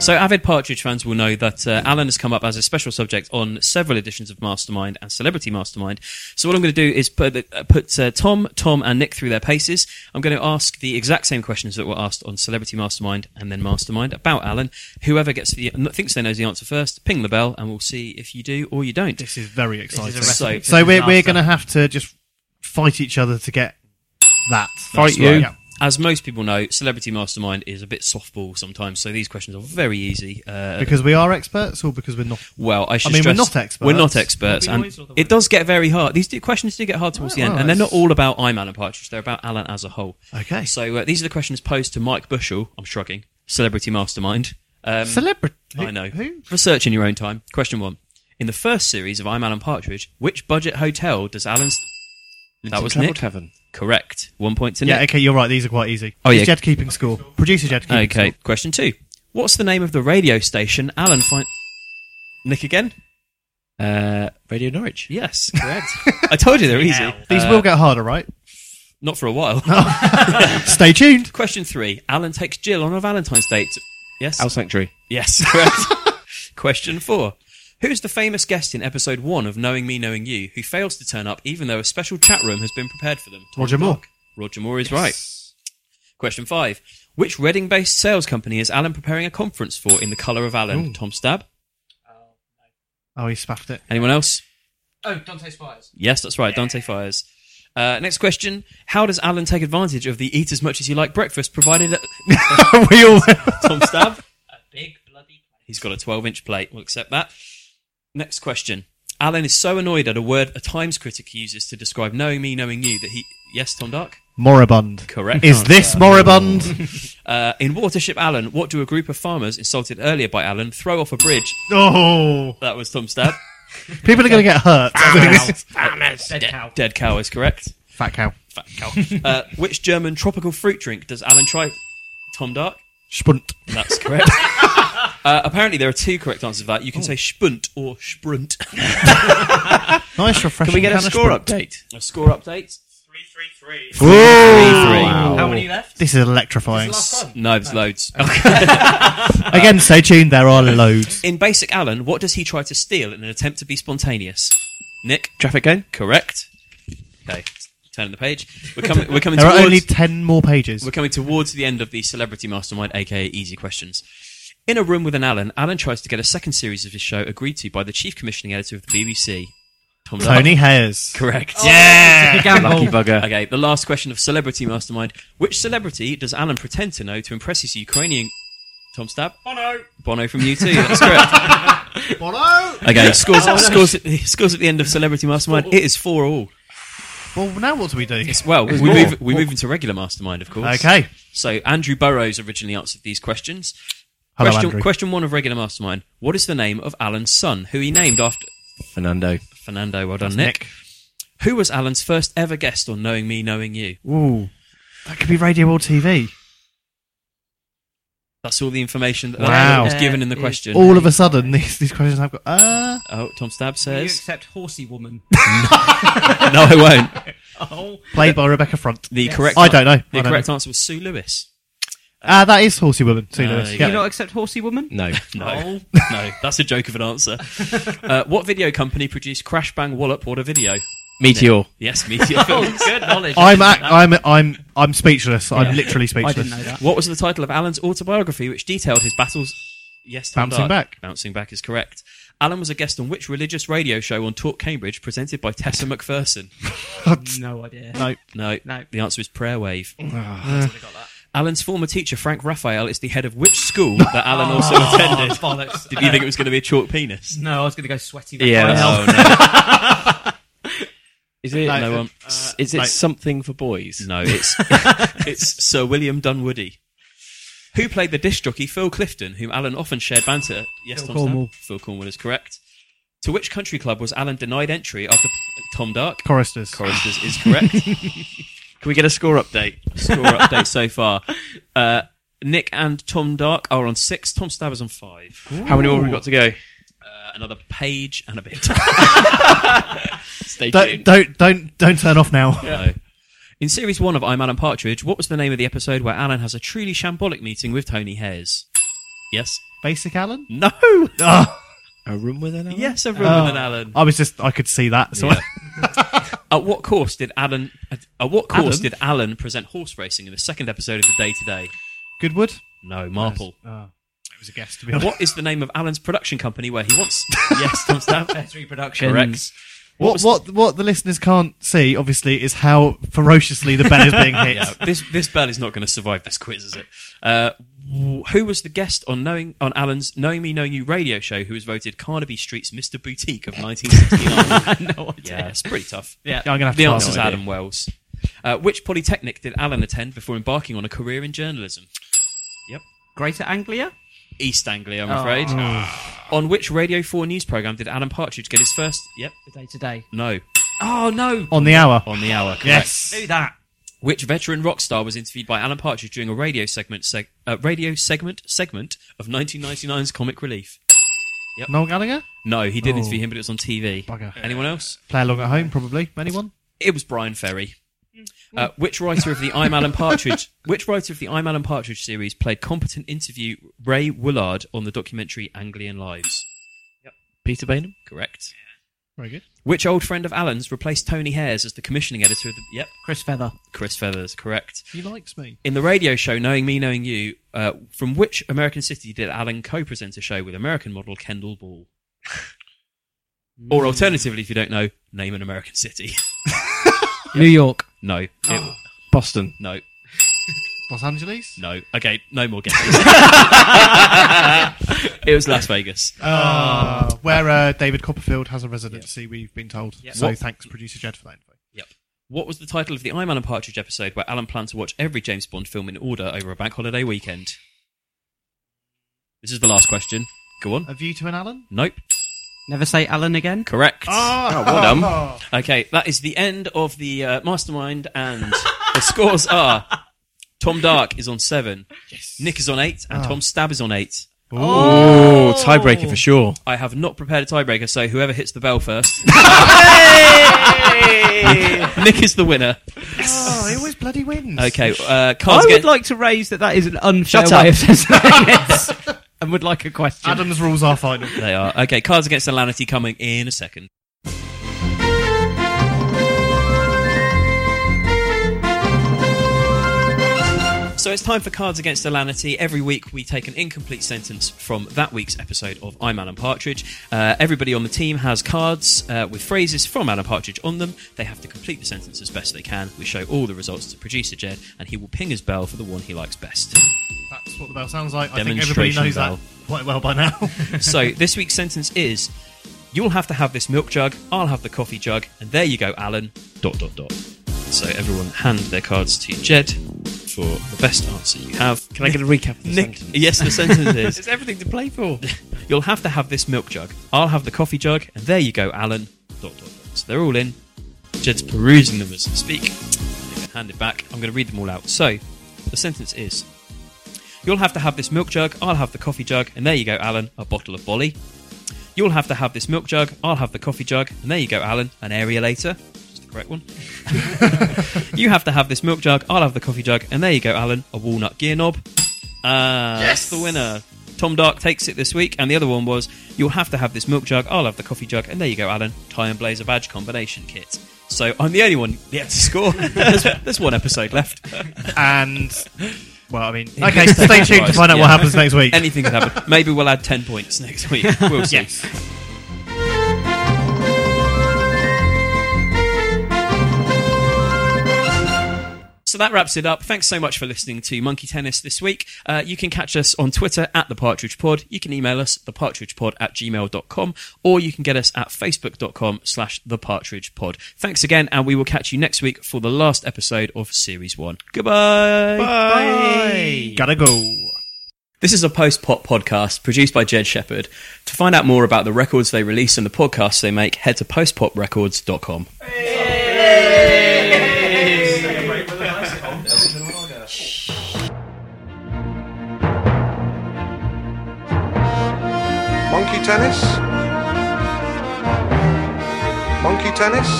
Speaker 1: So, avid Partridge fans will know that uh, Alan has come up as a special subject on several editions of Mastermind and Celebrity Mastermind. So, what I'm going to do is put, uh, put uh, Tom, Tom, and Nick through their paces. I'm going to ask the exact same questions that were asked on Celebrity Mastermind and then Mastermind about Alan. Whoever gets the thinks they knows the answer first, ping the bell, and we'll see if you do or you don't.
Speaker 9: This is very exciting.
Speaker 8: is a
Speaker 1: So-
Speaker 8: recipe for
Speaker 9: So we're, we're
Speaker 8: disaster.
Speaker 9: going to have to just fight each other to get that.
Speaker 7: Fight you.
Speaker 9: Yeah.
Speaker 1: As most people know, Celebrity Mastermind is a bit softball sometimes, so these questions are very easy. Uh,
Speaker 9: Because we are experts or because we're not?
Speaker 1: Well, I should.
Speaker 9: mean, we're
Speaker 1: stress-
Speaker 9: not experts.
Speaker 1: We're not experts,
Speaker 9: Well, we
Speaker 1: and
Speaker 9: always are the
Speaker 1: it does get very hard. These do, questions do get hard towards the end, and they're not all about I'm Alan Partridge. They're about Alan as a whole.
Speaker 9: Okay.
Speaker 1: So uh, these are the questions posed to Mike Bushell. I'm shrugging. Celebrity mastermind. Um,
Speaker 9: Celebrity?
Speaker 1: I know.
Speaker 9: Who?
Speaker 1: Research in your own time. Question one: In the first series of I'm Alan Partridge, which budget hotel does Alan's That was
Speaker 7: Travel
Speaker 1: Nick.
Speaker 7: Tavern.
Speaker 1: Correct. One point to
Speaker 9: yeah,
Speaker 1: Nick.
Speaker 9: okay, you're right. These are quite easy.
Speaker 1: Oh,
Speaker 9: It's
Speaker 1: yeah.
Speaker 9: Jed keeping score. Producer Jed keeping
Speaker 1: Okay. Question two. What's the name of the radio station Alan find? Nick again.
Speaker 7: Uh, Radio Norwich. Uh,
Speaker 1: Yes, correct. I told you they're easy. Uh,
Speaker 9: score. These will get harder, right?
Speaker 1: Not for a while.
Speaker 9: Stay tuned.
Speaker 1: Question three. Alan takes Jill on a Valentine's date. Yes.
Speaker 7: Owl Sanctuary.
Speaker 1: Yes, correct. Question four. Who's the famous guest in episode one of Knowing Me, Knowing You who fails to turn up even though a special chat room has been prepared for them?
Speaker 9: Roger Moore.
Speaker 1: Roger Moore is right. Question five. Which Reading based sales company is Alan preparing a conference for in The Colour of Alan? Tom Stab.
Speaker 9: Oh, he spaffed it.
Speaker 1: Anyone else?
Speaker 8: Oh, Dante's Fires.
Speaker 1: Yes, that's right. Dante Fires. Uh, next question. How does Alan take advantage of the eat as much as you like breakfast provided at
Speaker 9: we all.
Speaker 1: Tom Stab?
Speaker 8: A big bloody.
Speaker 1: He's got a 12 inch plate. We'll accept that. Next question. Alan is so annoyed at a word a Times critic uses to describe knowing me, knowing you that he. Yes, Tom Dark?
Speaker 9: Moribund.
Speaker 1: Correct
Speaker 9: Is this moribund?
Speaker 1: Uh, in Watership Alan, what do a group of farmers insulted earlier by Alan throw off a bridge?
Speaker 9: Oh,
Speaker 1: That was Tom Stab.
Speaker 9: people are going to get hurt.
Speaker 8: Dead cow.
Speaker 1: Dead cow is correct.
Speaker 9: Fat cow.
Speaker 1: Fat cow. uh, which German tropical fruit drink does Alan try? Tom Dark?
Speaker 9: Spunt.
Speaker 1: That's correct. uh, apparently, there are two correct answers to that. You can
Speaker 8: Oh.
Speaker 1: say spunt or sprunt.
Speaker 9: Nice refreshing.
Speaker 7: Can we get a
Speaker 9: can of
Speaker 7: score
Speaker 9: Spunt.
Speaker 7: update?
Speaker 1: a score update?
Speaker 9: Ooh.
Speaker 1: Three.
Speaker 8: How many left?
Speaker 9: This is electrifying.
Speaker 1: No, there's loads.
Speaker 9: Again, stay tuned. There are loads.
Speaker 1: In Basic Alan, what does he try to steal in an attempt to be spontaneous? Nick,
Speaker 7: Traffic game.
Speaker 1: correct. Okay, turning the page. We're coming. We're coming
Speaker 9: There are
Speaker 1: towards.
Speaker 9: only ten more pages.
Speaker 1: we're coming towards the end of the Celebrity Mastermind, aka Easy Questions. In a room with an Alan, Alan tries to get a second series of his show agreed to by the chief commissioning editor of the BBC, Tom Dark.
Speaker 9: Tony Hayes.
Speaker 1: Correct.
Speaker 8: It's a gamble.
Speaker 7: Lucky bugger.
Speaker 1: Okay, the last question of Celebrity Mastermind. Which celebrity does Alan pretend to know to impress his Ukrainian. Tom Stab? Bono! Bono from U2, that's correct. Bono! Okay, scores, scores, at, the- scores at the end of Celebrity Mastermind. It is four all.
Speaker 9: Well, now what do we do?
Speaker 1: It's, well, we
Speaker 9: more.
Speaker 1: move, we move into regular Mastermind, of course.
Speaker 9: Okay.
Speaker 1: So Andrew Burrows originally answered these questions.
Speaker 9: Hello,
Speaker 1: question,
Speaker 9: Andrew.
Speaker 1: question one of regular Mastermind. What is the name of Alan's son, who he named after
Speaker 7: Fernando.
Speaker 1: Fernando? Well done, Nick. Who was Alan's first ever guest on Knowing Me, Knowing You?
Speaker 9: Ooh, that could be radio or TV.
Speaker 1: That's all the information that
Speaker 9: Wow.
Speaker 1: was given in the
Speaker 8: There
Speaker 1: question.
Speaker 9: All of a sudden, these, these questions I've got. Uh,
Speaker 1: Oh, Tom Stab
Speaker 8: Will you
Speaker 1: says.
Speaker 8: accept Horsey Woman?
Speaker 1: no, I won't.
Speaker 8: oh.
Speaker 9: played by Rebecca Front.
Speaker 1: The correct.
Speaker 9: I don't know.
Speaker 1: The
Speaker 9: I don't
Speaker 1: correct
Speaker 9: know.
Speaker 1: answer was Sue Lewis.
Speaker 9: Uh, that is Horsey Woman. Sue
Speaker 1: Uh,
Speaker 9: Lewis.
Speaker 1: you
Speaker 9: Yeah.
Speaker 8: You not accept Horsey Woman?
Speaker 7: No.
Speaker 1: No, no, that's a joke of an answer. Uh, what video company produced Crash Bang Wallop? What a video!
Speaker 7: Meteor.
Speaker 1: Yes, Meteor Films.
Speaker 8: Good knowledge.
Speaker 9: I'm, ac I'm I'm I'm speechless. I'm literally
Speaker 8: I
Speaker 9: speechless.
Speaker 8: didn't know that.
Speaker 1: What was the title of Alan's autobiography, which detailed his battles? Yes, Tom Dark.
Speaker 9: Bouncing Back.
Speaker 1: Bouncing back is correct. Alan was a guest on which religious radio show on Talk Cambridge, presented by Tessa McPherson?
Speaker 8: No idea.
Speaker 9: No. Ah.
Speaker 1: No,
Speaker 8: No.
Speaker 1: The answer is Prayer Wave. Alan's former teacher Frank Raphael is the head of which school that Alan also
Speaker 9: Ah.
Speaker 1: attended?
Speaker 8: Bollocks.
Speaker 1: Did you think it was going to be a chalk penis?
Speaker 8: No, I was going to go sweaty.
Speaker 7: Yeah,
Speaker 8: vampire.
Speaker 7: that's-
Speaker 1: no.
Speaker 7: Is it?
Speaker 9: No,
Speaker 7: No,
Speaker 9: uh,
Speaker 7: um, s- is it
Speaker 9: no.
Speaker 7: something for boys?
Speaker 1: no, it's it's Sir William Dunwoody. Who played the disc jockey Phil Clifton, whom Alan often shared banter? Yes, Tom Stab?
Speaker 9: Cornwall.
Speaker 1: Phil Cornwall is correct. To which country club was Alan denied entry after Tom Dark?
Speaker 9: Choristers.
Speaker 1: Choristers is correct.
Speaker 7: Can we get a score update?
Speaker 1: Score update so far. Uh, Nick and Tom Dark are on six. Tom Stab is on five.
Speaker 7: How many more have we got to go?
Speaker 1: Uh, another page and a bit.
Speaker 7: Stay
Speaker 9: Don't don't don't don't turn off now.
Speaker 1: No. In series one of I'm Alan Partridge, what was the name of the episode where Alan has a truly shambolic meeting with Tony Hayes? Yes.
Speaker 9: Basic Alan.
Speaker 1: No.
Speaker 9: Ah,
Speaker 7: A room with an hour?
Speaker 1: Yes, a room
Speaker 9: Oh.
Speaker 1: with an Alan.
Speaker 9: I was just I could see that. So I-
Speaker 1: At what course did Alan? At, at what course
Speaker 9: Alan?
Speaker 1: did Alan present horse racing in the second episode of the Day to Day?
Speaker 9: Goodwood.
Speaker 1: No, Marple.
Speaker 9: Oh, it was a guess to be honest.
Speaker 1: What is the name of Alan's production company where he wants? yes, Tom Stamp.
Speaker 8: That's reproduction.
Speaker 1: Correct.
Speaker 9: What what what the listeners can't see obviously is how ferociously the bell is being hit.
Speaker 1: Ah, This this bell is not going to survive this quiz, is it? Uh, wh- who was the guest on knowing on Alan's Knowing Me Knowing You radio show who was voted Carnaby Street's Mr Boutique of 1969? no idea. Yeah, it's pretty tough.
Speaker 9: Yeah, I'm gonna have
Speaker 1: The
Speaker 9: to
Speaker 1: answer
Speaker 9: pass.
Speaker 1: is Adam Wells. Uh, which polytechnic did Alan attend before embarking on a career in journalism?
Speaker 8: Greater Anglia.
Speaker 1: East Anglia, I'm afraid.
Speaker 9: Oh.
Speaker 1: on which Radio 4 news program did Alan Partridge get his first? Yep.
Speaker 8: The day to day.
Speaker 1: No.
Speaker 8: Oh no!
Speaker 9: On the hour.
Speaker 1: On the hour. Correct.
Speaker 9: Yes.
Speaker 8: Do that.
Speaker 1: Which veteran rock star was interviewed by Alan Partridge during a radio segment seg- uh, radio segment segment of 1999's Comic Relief?
Speaker 9: Noel Gallagher?
Speaker 1: No, he did
Speaker 9: Oh.
Speaker 1: interview him, but it was on TV.
Speaker 9: Bugger.
Speaker 1: Anyone else?
Speaker 9: Play along at home, probably. Anyone?
Speaker 1: It was Brian Ferry. Uh, which writer of the I'm Alan Partridge? Which writer of the I'm Alan Partridge series played competent interview Ray Woolard on the documentary Anglian Lives?
Speaker 7: Peter Bainham?
Speaker 1: Correct.
Speaker 9: Very good.
Speaker 1: Which old friend of Alan's replaced Tony Hares as the commissioning editor of the? Yep,
Speaker 8: Chris Feather.
Speaker 1: Chris Feathers. Correct.
Speaker 9: He likes me.
Speaker 1: In the radio show Knowing Me, Knowing You, uh, from which American city did Alan co present a show with American model Kendall Ball? or alternatively, if you don't know, name an American city.
Speaker 8: New York.
Speaker 1: no. It,
Speaker 7: Boston.
Speaker 1: No.
Speaker 9: Los Angeles?
Speaker 1: No. Okay, no more guesses. it was Las Vegas.
Speaker 9: Ah, where uh, David Copperfield has a residency, we've been told. So
Speaker 1: What-
Speaker 9: thanks, producer Jed, for that info.
Speaker 1: Yep. What was the title of the I'm Alan Partridge episode where Alan planned to watch every James Bond film in order over a bank holiday weekend? This is the last question. Go on.
Speaker 9: A view to an Alan?
Speaker 1: Nope.
Speaker 8: Never say Alan again.
Speaker 1: Correct.
Speaker 9: Ah.
Speaker 1: well done. Okay, that is the end of the uh, mastermind, and the scores are Tom Dark is on seven, Nick is on eight, and Tom Stab is on eight.
Speaker 7: Oh, tiebreaker for sure.
Speaker 1: I have not prepared a tiebreaker, so whoever hits the bell first. Nick is the winner.
Speaker 9: Oh, he always bloody wins.
Speaker 1: Okay, uh,
Speaker 8: I
Speaker 1: cards
Speaker 8: would
Speaker 1: get-
Speaker 8: like to raise that that is an unfair
Speaker 7: Shut
Speaker 8: way
Speaker 7: up.
Speaker 8: of saying it. and would like a question.
Speaker 9: Adam's rules are final.
Speaker 1: They are okay. Cards against Alanity coming in a second. So it's time for Cards Against Alanity. Every week we take an incomplete sentence from that week's episode of I'm Alan Partridge. Uh, everybody on the team has cards uh, with phrases from Alan Partridge on them. They have to complete the sentence as best they can. We show all the results to producer Jed, and he will ping his bell for the one he likes best.
Speaker 9: That's what the bell sounds like. I think everybody
Speaker 1: Demonstration
Speaker 9: knows
Speaker 1: bell.
Speaker 9: that quite well by now.
Speaker 1: so this week's sentence is you'll have to have this milk jug i'll have the coffee jug and there you go alan dot dot dot so everyone hand their cards to jed for the best answer you have
Speaker 7: Can I get a recap of the
Speaker 1: nick
Speaker 7: sentence?
Speaker 1: yes the sentence is
Speaker 7: everything to play for.
Speaker 1: you'll have to have this milk jug i'll have the coffee jug and there you go alan dot dot dot so they're all in jed's perusing them as we speak they can hand it back i'm going to read them all out so the sentence is You'll have to have this milk jug, I'll have the coffee jug, and there you go, Alan, a bottle of Bolly. You'll have to have this milk jug, I'll have the coffee jug, and there you go, Alan, an aerator. Just the correct one. you have to have this milk jug, I'll have the coffee jug, and there you go, Alan, a walnut gear knob. Ah, That's the winner. Tom Dark takes it this week, and the other one was You'll have to have this milk jug, I'll have the coffee jug, and there you go, Alan, tie and blazer badge combination kit. So I'm the only one yet to score. there's, there's one episode left.
Speaker 9: and, well, I mean,
Speaker 1: Okay,
Speaker 9: okay, stay tuned to find out what
Speaker 1: Yeah.
Speaker 9: happens next week.
Speaker 1: Anything could happen. Maybe we'll add 10 points next week. We'll see.
Speaker 9: Yes.
Speaker 1: So that wraps it up. Thanks so much for listening to Monkey Tennis this week. Uh, you can catch us on Twitter at The Partridge Pod. You can email us, thepartridgepod at gmail.com, or you can get us at facebook.com slash The Partridge Pod. Thanks again, and we will catch you next week for the last episode of Series 1. Goodbye.
Speaker 9: Bye. Gotta go.
Speaker 1: This is a post pop podcast produced by Jed Shepherd. To find out more about the records they release and the podcasts they make, head to postpoprecords.com.
Speaker 6: Monkey tennis? Monkey tennis?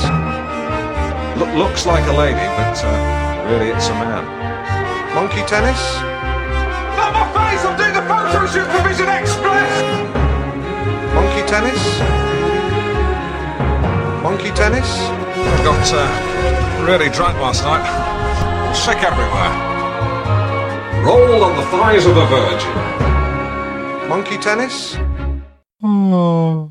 Speaker 6: Lo- looks like a lady, but uh, really it's a man. Monkey tennis? Not my face! I'm doing the photo shoot for Vision Express! Monkey tennis? Monkey tennis? I got uh, really drunk last night. Sick everywhere. Roll on the thighs of the Virgin. Monkey tennis?
Speaker 9: Oh.